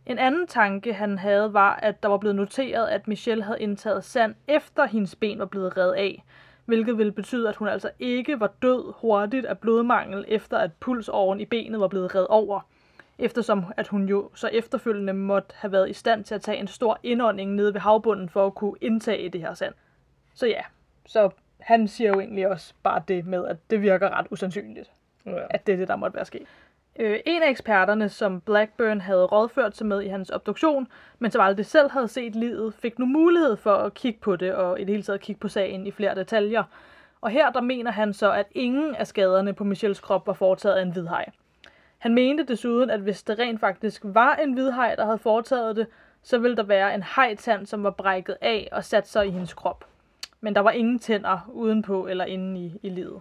Speaker 2: En anden tanke, han havde, var, at der var blevet noteret, at Michelle havde indtaget sand, efter hendes ben var blevet reddet af, hvilket ville betyde, at hun altså ikke var død hurtigt af blodmangel, efter at pulsåren i benet var blevet reddet over, eftersom at hun jo så efterfølgende måtte have været i stand til at tage en stor indånding nede ved havbunden for at kunne indtage det her sand. Så ja, så han siger jo egentlig også bare det med, at det virker ret usandsynligt
Speaker 1: Ja.
Speaker 2: at det er det, der måtte være sket. Øh, en af eksperterne, som Blackburn havde rådført sig med i hans obduktion, men som aldrig selv havde set livet, fik nu mulighed for at kigge på det, og i det hele taget kigge på sagen i flere detaljer. Og her der mener han så, at ingen af skaderne på Michels krop var foretaget af en hvidhaj. Han mente desuden, at hvis det rent faktisk var en hvidhaj, der havde foretaget det, så ville der være en hajtand, som var brækket af og sat sig i hendes krop. Men der var ingen tænder udenpå eller inde i, i livet.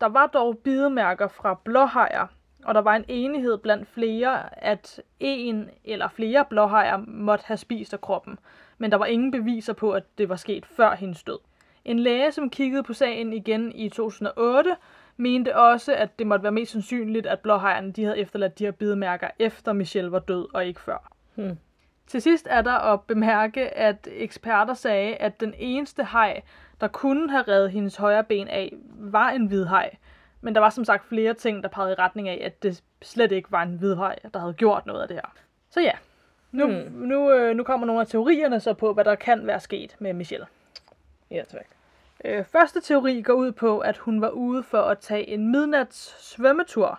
Speaker 2: Der var dog bidemærker fra blåhajer, og der var en enighed blandt flere, at en eller flere blåhajer måtte have spist af kroppen, men der var ingen beviser på, at det var sket før hendes død. En læge, som kiggede på sagen igen i 2008, mente også, at det måtte være mest sandsynligt, at blåhajerne de havde efterladt de her bidemærker, efter Michelle var død og ikke før.
Speaker 1: Hmm.
Speaker 2: Til sidst er der at bemærke, at eksperter sagde, at den eneste haj, der kunne have reddet hendes højre ben af, var en hvidhaj. Men der var som sagt flere ting, der pegede i retning af, at det slet ikke var en hvidhaj, der havde gjort noget af det her. Så ja, nu,
Speaker 1: Hmm.
Speaker 2: hmm. nu, øh, nu kommer nogle af teorierne så på, hvad der kan være sket med Michelle.
Speaker 1: Ja, tak.
Speaker 2: Øh, første teori går ud på, at hun var ude for at tage en midnats svømmetur,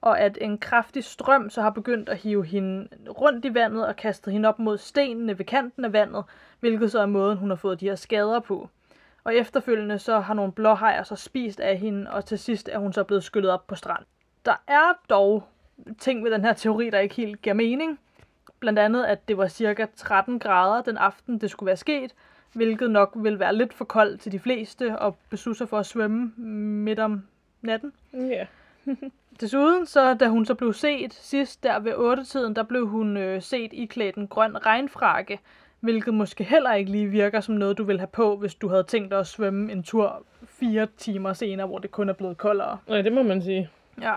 Speaker 2: og at en kraftig strøm så har begyndt at hive hende rundt i vandet og kastet hende op mod stenene ved kanten af vandet, hvilket så er måden, hun har fået de her skader på. Og efterfølgende så har nogle blåhajer så spist af hende, og til sidst er hun så blevet skyllet op på strand. Der er dog ting ved den her teori, der ikke helt giver mening. Blandt andet, at det var cirka 13 grader den aften, det skulle være sket, hvilket nok vil være lidt for koldt til de fleste og beslutte sig for at svømme midt om natten.
Speaker 1: Ja.
Speaker 2: Desuden, så da hun så blev set sidst der ved 8-tiden, der blev hun øh, set i klædt en grøn regnfrakke, hvilket måske heller ikke lige virker som noget, du vil have på, hvis du havde tænkt dig at svømme en tur fire timer senere, hvor det kun er blevet koldere.
Speaker 1: Nej, det må man sige.
Speaker 2: Ja.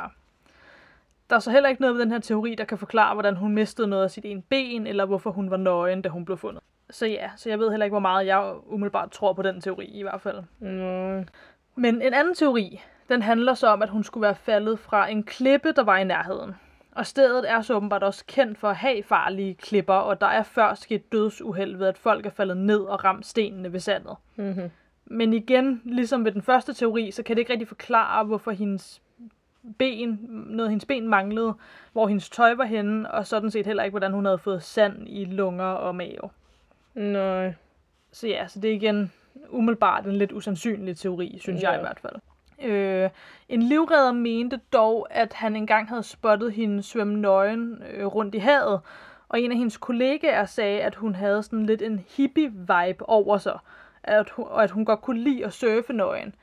Speaker 2: Der er så heller ikke noget ved den her teori, der kan forklare, hvordan hun mistede noget af sit ene ben, eller hvorfor hun var nøgen, da hun blev fundet. Så ja, så jeg ved heller ikke, hvor meget jeg umiddelbart tror på den teori i hvert fald.
Speaker 1: Nå.
Speaker 2: Men en anden teori, den handler så om, at hun skulle være faldet fra en klippe, der var i nærheden. Og stedet er så åbenbart også kendt for at have farlige klipper, og der er før sket dødsuheld ved, at folk er faldet ned og ramt stenene ved sandet.
Speaker 1: Mm-hmm.
Speaker 2: Men igen, ligesom ved den første teori, så kan det ikke rigtig forklare, hvorfor hendes ben, noget af hendes ben manglede, hvor hendes tøj var henne, og sådan set heller ikke, hvordan hun havde fået sand i lunger og mave.
Speaker 1: Nej.
Speaker 2: Så ja, så det er igen umiddelbart en lidt usandsynlig teori, synes
Speaker 1: Ja.
Speaker 2: jeg i hvert fald. Øh, en livredder mente dog, at han engang havde spottet hende svømme nøgen øh, rundt i havet, og en af hendes kollegaer sagde, at hun havde sådan lidt en hippie-vibe over sig, at hun, og at hun godt kunne lide at surfe nøgen.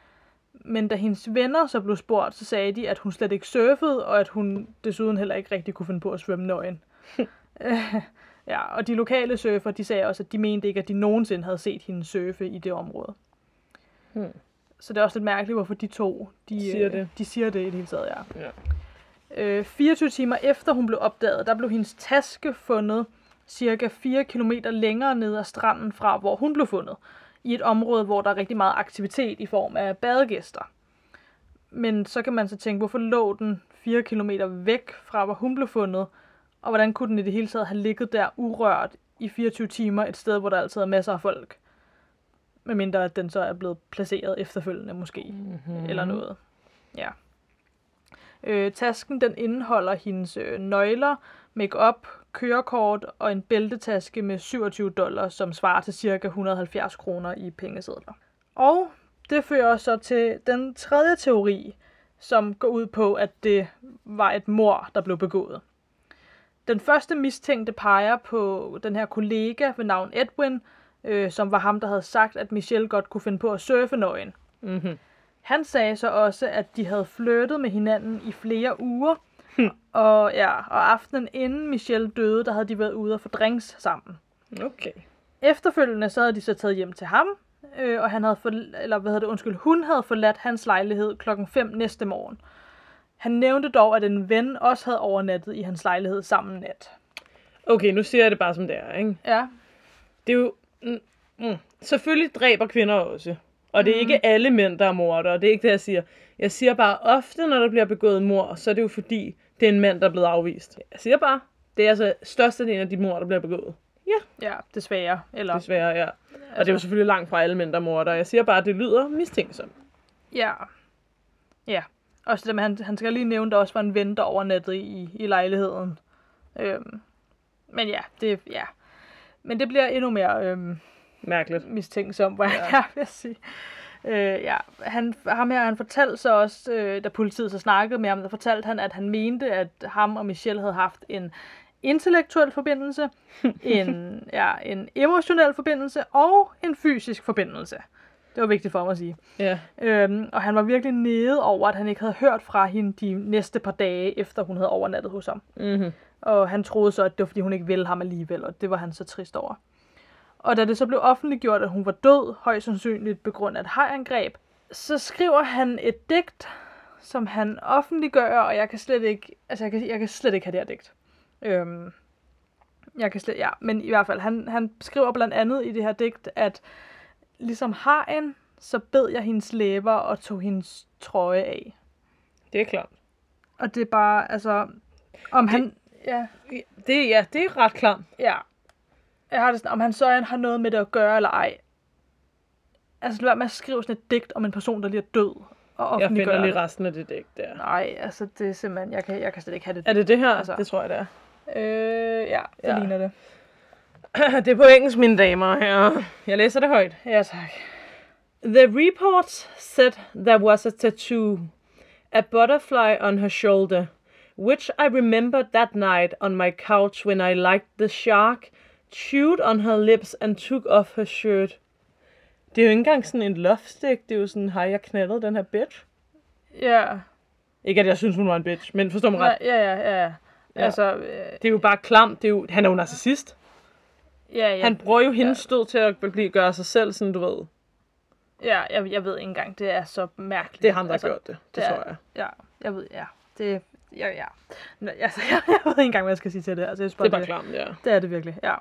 Speaker 2: Men da hendes venner så blev spurgt, så sagde de, at hun slet ikke surfede, og at hun desuden heller ikke rigtig kunne finde på at svømme nøgen. Øh, ja, og de lokale surfer, de sagde også, at de mente ikke, at de nogensinde havde set hende surfe i det område.
Speaker 1: Hmm.
Speaker 2: Så det er også lidt mærkeligt, hvorfor de to, de
Speaker 1: Siger
Speaker 2: øh,
Speaker 1: det.
Speaker 2: de siger det i det hele taget, ja.
Speaker 1: Ja.
Speaker 2: Øh, 24 timer efter hun blev opdaget, der blev hendes taske fundet cirka 4 km længere ned ad stranden fra, hvor hun blev fundet. I et område, hvor der er rigtig meget aktivitet i form af badegæster. Men så kan man så tænke, hvorfor lå den 4 km væk fra, hvor hun blev fundet? Og hvordan kunne den i det hele taget have ligget der urørt i 24 timer et sted, hvor der altid er masser af folk? Medmindre at den så er blevet placeret efterfølgende måske
Speaker 1: Mm-hmm.
Speaker 2: eller noget. Ja. Øh, tasken den indeholder hendes øh, nøgler, makeup, kørekort og en bæltetaske med 27 dollars, som svarer til ca. 170 kroner i pengesedler. Og det fører os så til den tredje teori, som går ud på, at det var et mor, der blev begået. Den første mistænkte peger på den her kollega ved navn Edwin, øh, som var ham, der havde sagt, at Michelle godt kunne finde på at surfe nøgen.
Speaker 1: Mm-hmm.
Speaker 2: Han sagde så også, at de havde flyttet med hinanden i flere uger. Og, ja, og aftenen inden Michelle døde, der havde de været ude og få drinks sammen.
Speaker 1: Okay.
Speaker 2: Efterfølgende så havde de så taget hjem til ham, øh, og han havde for, eller hvad hedder det, undskyld, hun havde forladt hans lejlighed klokken 5 næste morgen. Han nævnte dog, at en ven også havde overnattet i hans lejlighed samme nat.
Speaker 1: Okay, nu siger jeg det bare som det er, ikke?
Speaker 2: Ja,
Speaker 1: Det er jo... Mm, mm. Selvfølgelig dræber kvinder også. Og det er ikke alle mænd, der er morder, det er ikke det, jeg siger. Jeg siger bare, ofte når der bliver begået mor, så er det jo fordi, det er en mand, der er blevet afvist. Jeg siger bare, det er altså størstedelen af de mor, der bliver begået.
Speaker 2: ja, desværre. Eller,
Speaker 1: Desværre, ja. Og det er jo selvfølgelig langt fra alle mænd, der er morder. Jeg siger bare, at det lyder mistænksomt.
Speaker 2: Ja. Ja. Også det, med, han, han skal lige nævne, der også var en ven, der overnattede i, i lejligheden. Øhm, men ja, det, ja. Men det bliver endnu mere øhm,
Speaker 1: Mærkeligt.
Speaker 2: mistænksom, hvad ja. jeg vil sige. Øh, ja, han, ham her, han fortalte så også, øh, da politiet så snakkede med ham, der fortalte han, at han mente, at ham og Michelle havde haft en intellektuel forbindelse, en, ja, en emotionel forbindelse og en fysisk forbindelse. Det var vigtigt for mig at sige.
Speaker 1: Ja.
Speaker 2: Øhm, og han var virkelig nede over, at han ikke havde hørt fra hende de næste par dage, efter hun havde overnattet hos ham.
Speaker 1: Mm-hmm.
Speaker 2: Og han troede så, at det var, fordi hun ikke ville ham alligevel, og det var han så trist over. Og da det så blev offentliggjort, at hun var død, højst sandsynligt på grund af et hajangreb, så skriver han et digt, som han offentliggør, og jeg kan slet ikke, altså jeg kan, jeg kan slet ikke have det her digt. Øhm, jeg kan slet, ja, men i hvert fald, han, han skriver blandt andet i det her digt, at ligesom hajen, så bed jeg hendes læber og tog hendes trøje af.
Speaker 1: Det er klart.
Speaker 2: Og det er bare, altså, om det... han, ja,
Speaker 1: Det, ja, det er ret klart.
Speaker 2: Ja. Jeg har det sådan, om han så har noget med det at gøre eller ej. Altså, lad være med at skrive sådan et digt om en person, der lige er død. Og
Speaker 1: Jeg finder
Speaker 2: offentliggøre
Speaker 1: lige
Speaker 2: det.
Speaker 1: resten af det dæk der.
Speaker 2: Nej, altså, det er simpelthen... Jeg kan, jeg kan slet ikke have det.
Speaker 1: Er det det her?
Speaker 2: Altså.
Speaker 1: Det tror jeg, det er.
Speaker 2: Øh, ja, det
Speaker 1: Ja.
Speaker 2: ligner det.
Speaker 1: Det er på engelsk, mine damer og herrer. Jeg læser det højt.
Speaker 2: Ja, tak.
Speaker 1: The reports said there was a tattoo, a butterfly on her shoulder, which I remembered that night on my couch when I liked the shark, chewed on her lips and took off her shirt. Det er jo ikke engang sådan en love stick. Det er jo sådan, hej, jeg knaldede den her bitch.
Speaker 2: Ja,
Speaker 1: Ikke at jeg synes, hun var en bitch, men forstår mig
Speaker 2: ja,
Speaker 1: ret.
Speaker 2: ja, ja. ja. Altså, øh,
Speaker 1: Det er jo bare klamt. Det er jo, han er jo narcissist.
Speaker 2: ja, ja,
Speaker 1: Han bruger jo hendes stød til at blive, gøre sig selv, sådan du ved.
Speaker 2: ja jeg, jeg ved ikke engang, det er så mærkeligt.
Speaker 1: Det er ham, der har
Speaker 2: altså,
Speaker 1: gjort det. Det
Speaker 2: ja.
Speaker 1: tror jeg.
Speaker 2: Ja, jeg ved, ja. Det, ja, ja. Nå, altså, jeg, jeg ved ikke engang, hvad jeg skal sige til det. Altså, jeg synes
Speaker 1: Det er bare klamt, ja.
Speaker 2: Det er det virkelig, ja.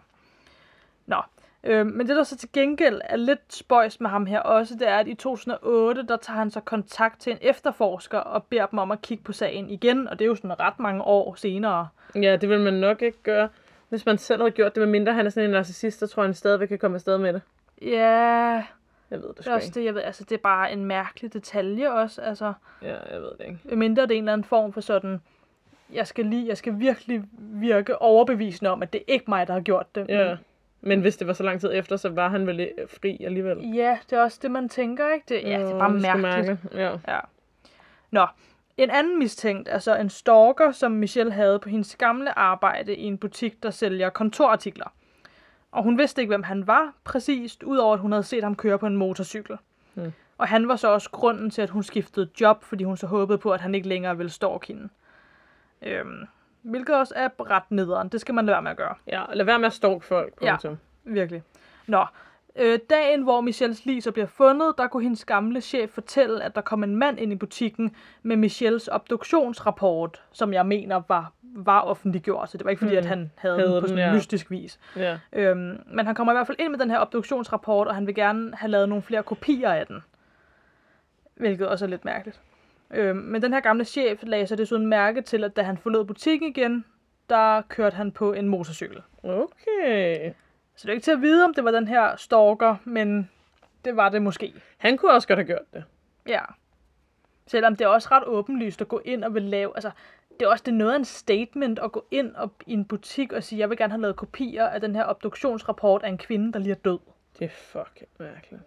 Speaker 2: Nå. Øh, men det, der så til gengæld er lidt spøjs med ham her også, det er, at i 2008, der tager han så kontakt til en efterforsker og beder dem om at kigge på sagen igen, og det er jo sådan ret mange år senere.
Speaker 1: Ja, det vil man nok ikke gøre, hvis man selv havde gjort det. Med mindre han er sådan en narcissist, så tror jeg, han stadigvæk kan komme afsted med det.
Speaker 2: Ja,
Speaker 1: Jeg ved det
Speaker 2: det
Speaker 1: sgu
Speaker 2: er også
Speaker 1: ikke.
Speaker 2: det, jeg ved. Altså, det er bare en mærkelig detalje også, altså.
Speaker 1: Ja, jeg ved det ikke.
Speaker 2: Mindre det er en eller anden form for sådan, jeg skal lige, jeg skal virkelig virke overbevisende om, at det er ikke mig, der har gjort det. men-
Speaker 1: Ja. Men hvis det var så lang tid efter, så var han vel øh, fri alligevel.
Speaker 2: Ja, det er også det, man tænker, ikke? Det, ja, det er
Speaker 1: Åh,
Speaker 2: bare
Speaker 1: sgu
Speaker 2: mærkeligt.
Speaker 1: Ja.
Speaker 2: Ja. Nå, en anden mistænkt er så en stalker, som Michelle havde på hendes gamle arbejde i en butik, der sælger kontorartikler. Og hun vidste ikke, hvem han var præcist, udover at hun havde set ham køre på en motorcykel.
Speaker 1: Mm.
Speaker 2: Og han var så også grunden til, at hun skiftede job, fordi hun så håbede på, at han ikke længere ville stalke hende. Øhm, hvilket også er ret nederen. Det skal man lade være med at gøre.
Speaker 1: ja, lad være med at stalk folk.
Speaker 2: Ja.
Speaker 1: punktum.
Speaker 2: Virkelig. Nå, øh, dagen hvor Michelles lig så bliver fundet, der kunne hendes gamle chef fortælle, at der kom en mand ind i butikken med Michelles obduktionsrapport, som jeg mener var, var offentliggjort, så det var ikke fordi,
Speaker 1: Hmm.
Speaker 2: at han havde,
Speaker 1: Havde
Speaker 2: den på
Speaker 1: den,
Speaker 2: sådan
Speaker 1: ja.
Speaker 2: mystisk vis.
Speaker 1: ja.
Speaker 2: Øhm, men han kommer i hvert fald ind med den her obduktionsrapport, og han vil gerne have lavet nogle flere kopier af den. Hvilket også er lidt mærkeligt. Øhm, men den her gamle chef lagde så desuden mærke til, at da han forlod butikken igen, der kørte han på en motorcykel.
Speaker 1: Okay.
Speaker 2: Så det er ikke til at vide, om det var den her stalker, men det var det måske.
Speaker 1: Han kunne også godt have gjort det.
Speaker 2: Ja. Selvom det er også ret åbenlyst at gå ind og vil lave, altså det er også det er noget af en statement at gå ind og, i en butik og sige, jeg vil gerne have lavet kopier af den her obduktionsrapport af en kvinde, der lige er død.
Speaker 1: Det er fucking mærkeligt.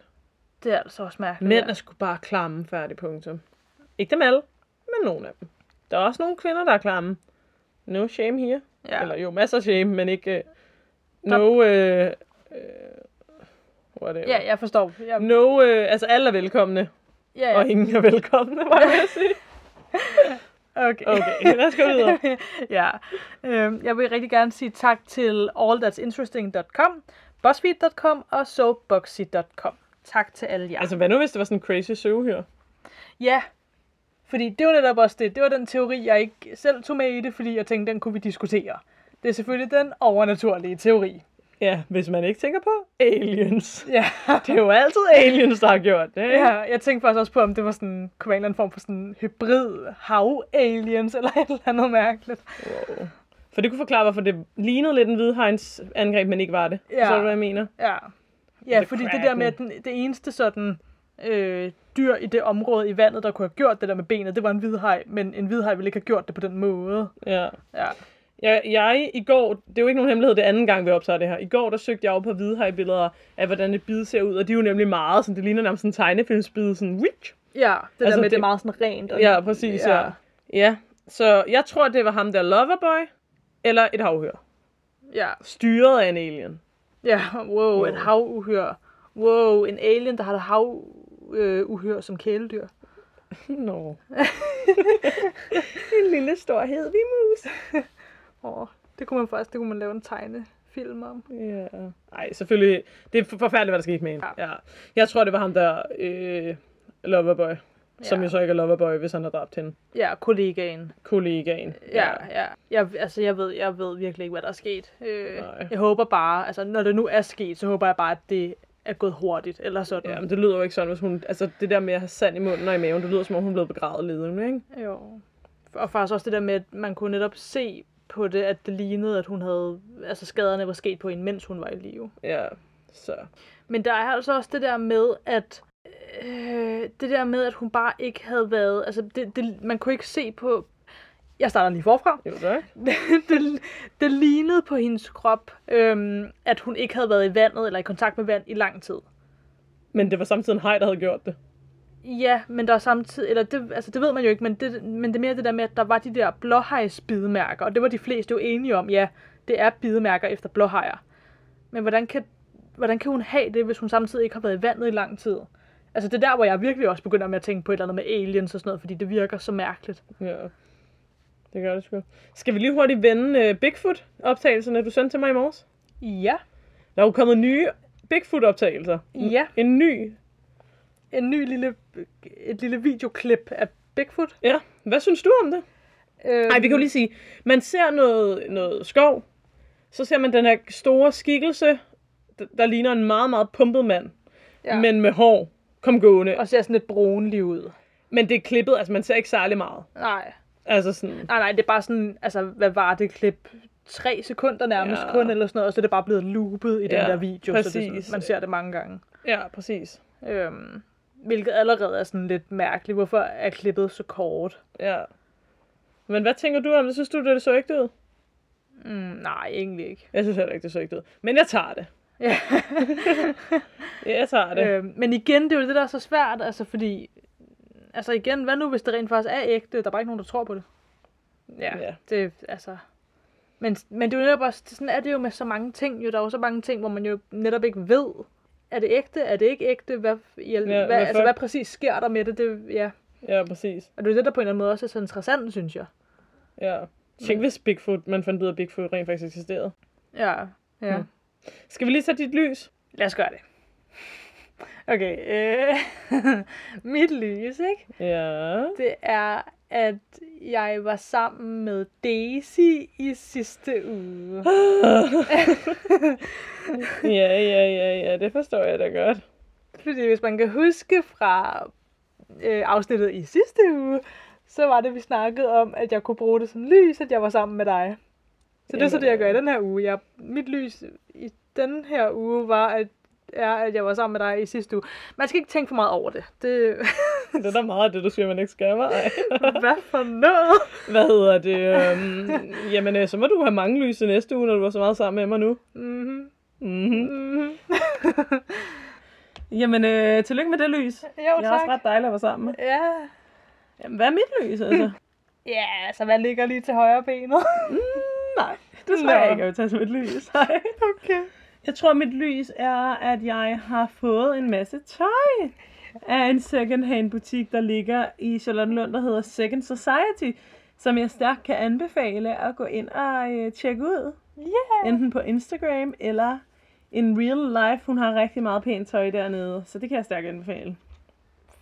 Speaker 2: Det er altså også mærkeligt.
Speaker 1: Mænd er sgu bare klamme færdig, punktum. Ikke dem alle, men nogle af dem. Der er også nogle kvinder, der er klamme. No shame here. Ja.
Speaker 2: ja.
Speaker 1: Eller jo, masser af shame, men ikke... Øh, no... Øh, øh, whatever.
Speaker 2: ja, jeg forstår. Jeg,
Speaker 1: No, øh, altså alle er velkomne,
Speaker 2: ja,
Speaker 1: ja.
Speaker 2: ja.
Speaker 1: og ingen er velkomne, var jeg ved at sige.
Speaker 2: Okay.
Speaker 1: Okay, lad os gå videre.
Speaker 2: ja. Øhm, jeg vil rigtig gerne sige tak til allthat'sinteresting.com, buzzfeed.com og soapboxy.com. Tak til alle jer.
Speaker 1: Altså, hvad nu, hvis det var sådan en crazy show her?
Speaker 2: Ja, fordi det var netop også det. Det var den teori, jeg ikke selv tog med i det, fordi jeg tænkte, den kunne vi diskutere. Det er selvfølgelig den overnaturlige teori.
Speaker 1: Ja, hvis man ikke tænker på aliens.
Speaker 2: Ja,
Speaker 1: Det er jo altid aliens, der har gjort det, ikke?
Speaker 2: ja jeg tænkte faktisk også på, om det var sådan, kunne være en eller anden form for sådan hybrid hav-aliens eller et eller andet mærkeligt.
Speaker 1: Wow. For det kunne forklare, hvorfor det lignede lidt en hvidhegns angreb, men ikke var det.
Speaker 2: Ja.
Speaker 1: Så du, hvad jeg mener?
Speaker 2: Ja, ja
Speaker 1: The
Speaker 2: fordi det
Speaker 1: Kraken.
Speaker 2: der med, at den, det eneste sådan øh, dyr i det område i vandet, der kunne have gjort det der med benet, det var en hvidhaj, men en hvidhaj ville ikke have gjort det på den måde.
Speaker 1: Ja.
Speaker 2: Ja,
Speaker 1: Jeg, jeg i går, det er jo ikke nogen hemmelighed, det er anden gang, vi optager det her. I går, der søgte jeg op på hvidhejbilleder af, hvordan et bid ser ud, og de er jo nemlig meget, sådan, det ligner nærmest en tegnefilmsbid, sådan, witch.
Speaker 2: ja det
Speaker 1: Altså,
Speaker 2: der med, det, det er
Speaker 1: det-
Speaker 2: meget sådan rent. Og,
Speaker 1: Ja, præcis, ja. ja. Ja, så jeg tror, det var ham der Loverboy, eller et havhør.
Speaker 2: ja.
Speaker 1: Styret af en alien.
Speaker 2: Ja, wow, wow. et havuhyr. Wow, en alien, der har et hav... øh, uhyr som kæledyr.
Speaker 1: Nå. en lille stor hed vi mus.
Speaker 2: Åh, det kunne man faktisk, det kunne man lave en tegnefilm om.
Speaker 1: Ja. Ej, selvfølgelig. Det er for- forfærdeligt, hvad der skete med hende.
Speaker 2: Ja.
Speaker 1: Ja. Jeg tror, det var ham der, øh, Loverboy. Som
Speaker 2: Ja.
Speaker 1: jo så ikke er Loverboy, hvis han har dræbt hende.
Speaker 2: Ja, kollegaen.
Speaker 1: Kollegaen.
Speaker 2: Ja, ja. Jeg, altså, jeg ved, jeg ved virkelig ikke, hvad der er sket. Øh,
Speaker 1: Nej.
Speaker 2: jeg håber bare, altså, når det nu er sket, så håber jeg bare, at det er gået hurtigt, eller sådan.
Speaker 1: Ja, men det lyder jo ikke sådan, hvis hun... Altså, det der med at have sand i munden og i maven, det lyder som om, hun blev begravet levende, ikke?
Speaker 2: Jo. Og faktisk også det der med, at man kunne netop se på det, at det lignede, at hun havde, altså skaderne var sket på hende, mens hun var i live.
Speaker 1: Ja, så...
Speaker 2: Men der er altså også det der med, at øh, det der med, at hun bare ikke havde været, altså det, det, man kunne ikke se på, jeg starter lige forfra.
Speaker 1: Jo, tak.
Speaker 2: det, det lignede på hendes krop, øhm, at hun ikke havde været i vandet eller i kontakt med vand i lang tid.
Speaker 1: Men det var samtidig en hej, der havde gjort det.
Speaker 2: Ja, men der er samtidig, eller det, altså det ved man jo ikke, men det, men det er mere det der med, at der var de der blåhejsbidemærker, og det var de fleste jo enige om, ja, det er bidemærker efter blåhajer. Men hvordan kan, hvordan kan hun have det, hvis hun samtidig ikke har været i vandet i lang tid? Altså det er der, hvor jeg virkelig også begynder med at tænke på et eller andet med aliens og sådan noget, fordi det virker så mærkeligt.
Speaker 1: Ja. Det gør det sgu. Skal vi lige hurtigt vende uh, Bigfoot-optagelserne, du sendte til mig i morges?
Speaker 2: Ja,
Speaker 1: Der er jo kommet nye Bigfoot-optagelser.
Speaker 2: Ja.
Speaker 1: En ny.
Speaker 2: en ny lille, et lille videoklip af Bigfoot.
Speaker 1: Ja. Hvad synes du om det?
Speaker 2: Øhm,
Speaker 1: Nej, vi kan jo lige sige, man ser noget, noget skov, så ser man den her store skikkelse, d- der ligner en meget, meget pumpet mand, ja. men med hår, kom gående.
Speaker 2: Øhm, Og ser sådan lidt brunlig ud.
Speaker 1: Men det er klippet, altså man ser ikke særlig meget.
Speaker 2: Nej.
Speaker 1: Altså sådan,
Speaker 2: Nej, nej, det er bare sådan, altså, hvad var det klip? Tre sekunder nærmest ja.
Speaker 1: Ja.
Speaker 2: kun, eller sådan noget, og så er det bare blevet loopet i den
Speaker 1: Ja,
Speaker 2: der video, så det er sådan,
Speaker 1: præcis.
Speaker 2: man ser det mange gange.
Speaker 1: ja, præcis.
Speaker 2: Øhm, hvilket allerede er sådan lidt mærkeligt. Hvorfor er klippet så kort?
Speaker 1: Ja. Men hvad tænker du om det? Synes du, det så ikke ud?
Speaker 2: Mm, nej, egentlig ikke.
Speaker 1: Jeg synes heller ikke, det så ikke ud. Men jeg tager det.
Speaker 2: Ja.
Speaker 1: Ja, jeg tager det. Øh.
Speaker 2: øhm, men igen, det er jo det, der er så svært, altså fordi... Altså igen, hvad nu, hvis det rent faktisk er ægte? Der er bare ikke nogen, der tror på det. Ja,
Speaker 1: Ja.
Speaker 2: det altså... Men, men det er jo netop også, sådan er det jo med så mange ting, jo. Der er jo så mange ting, hvor man jo netop ikke ved, er det ægte, er det ikke ægte, hvad, i, ja, hvad,
Speaker 1: hvad
Speaker 2: hvad, altså,
Speaker 1: fuck?
Speaker 2: hvad præcis sker der med det, det ja.
Speaker 1: Ja, præcis.
Speaker 2: Og det er jo det, der på en eller anden måde også er så interessant, synes jeg.
Speaker 1: Ja. Tænk, hvis Bigfoot, man fandt ud af, at Bigfoot rent faktisk eksisterede.
Speaker 2: Ja, ja. Hmm.
Speaker 1: Skal vi lige tage dit lys?
Speaker 2: Lad os gøre det. Okay, øh, mit lys, ikke?
Speaker 1: Ja.
Speaker 2: Det er, at jeg var sammen med Daisy i sidste uge.
Speaker 1: ja, ja, ja, ja, det forstår jeg da godt.
Speaker 2: Fordi hvis man kan huske fra øh, afsnittet i sidste uge, så var det, vi snakkede om, at jeg kunne bruge det som lys, at jeg var sammen med dig. Så det er så
Speaker 1: Jamen,
Speaker 2: det, jeg gør i
Speaker 1: øh.
Speaker 2: den her uge. Jeg, mit lys i den her uge var, at, er, at jeg var sammen med dig i sidste uge. Man skal ikke tænke for meget over det. det
Speaker 1: Det er da meget af det, du siger, man ikke skal, var. Ej.
Speaker 2: hvad for noget?
Speaker 1: Hvad hedder det? Øhm, jamen, øh, så må du have mange lys i næste uge, når du var så meget sammen med mig nu.
Speaker 2: Mm-hmm.
Speaker 1: Mm-hmm.
Speaker 2: Mm-hmm.
Speaker 1: Jamen, øh, tillykke med det lys.
Speaker 2: Jo,
Speaker 1: Jeg er også
Speaker 2: tak.
Speaker 1: ret dejlig at være sammen med.
Speaker 2: Ja.
Speaker 1: Jamen, hvad er mit lys, altså? Mm,
Speaker 2: ja, så hvad ligger lige til højre benet?
Speaker 1: Nej, det
Speaker 2: Mm. Nå.
Speaker 1: tror jeg ikke, jeg vil tage som et lys. Nej.
Speaker 2: okay.
Speaker 1: Jeg tror, mit lys er, at jeg har fået en masse tøj af en second-hand butik, der ligger i Charlottenlund, der hedder Second Society, som jeg stærkt kan anbefale at gå ind og øh, tjekke ud.
Speaker 2: Yeah.
Speaker 1: Enten på Instagram eller in real life. Hun har rigtig meget pænt tøj dernede, så det kan jeg stærkt anbefale.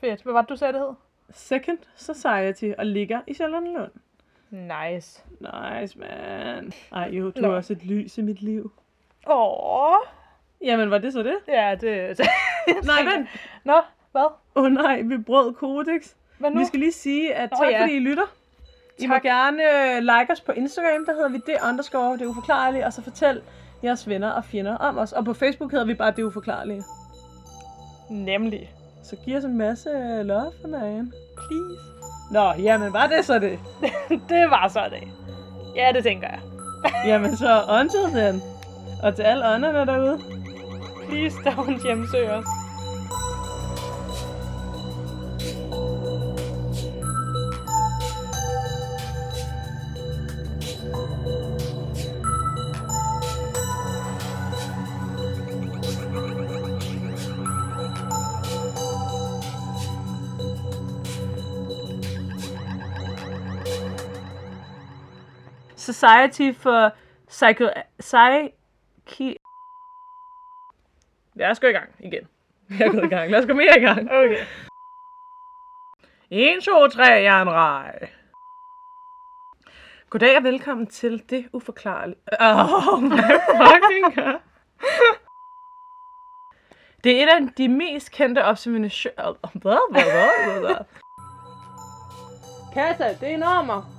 Speaker 2: Fedt. Hvad var det, du sagde, det hed?
Speaker 1: Second Society og ligger i Charlottenlund.
Speaker 2: Nice.
Speaker 1: Nice, man. Ej, jo, du
Speaker 2: Nå.
Speaker 1: er også et lys i mit liv.
Speaker 2: Åh.
Speaker 1: Jamen, var det så det?
Speaker 2: Ja, det...
Speaker 1: Nej, vent.
Speaker 2: Nå, hvad?
Speaker 1: Åh oh, nej, vi brød Codex.
Speaker 2: Hvad nu?
Speaker 1: Vi skal lige sige, at
Speaker 2: Nå,
Speaker 1: tak
Speaker 2: ja.
Speaker 1: fordi I lytter. I må
Speaker 2: Tak.
Speaker 1: gerne øh, like os på Instagram, der hedder vi det underscore, det er uforklarligt, og så fortæl jeres venner og fjender om os. Og på Facebook hedder vi bare det uforklarlige.
Speaker 2: Nemlig.
Speaker 1: Så giv os en masse øh, love, man.
Speaker 2: Please.
Speaker 1: Nå, jamen var det så det?
Speaker 2: Det var så det. Ja, det tænker jeg.
Speaker 1: Jamen så until then. Og til alle ånderne derude.
Speaker 2: Please don't hjemsøge os.
Speaker 1: Society for Psycho... Psyche...
Speaker 2: Jeg er sgu i gang igen. Jeg er gået i gang. Lad os gå mere i gang.
Speaker 1: Okay.
Speaker 2: 1, 2, 3, jeg er en rej. Goddag og velkommen til det uforklarlige. Oh my fucking god. Det er et af de mest kendte observationer... Hvad, hvad, hvad, hvad, hvad?
Speaker 1: Kassa, det er en armer.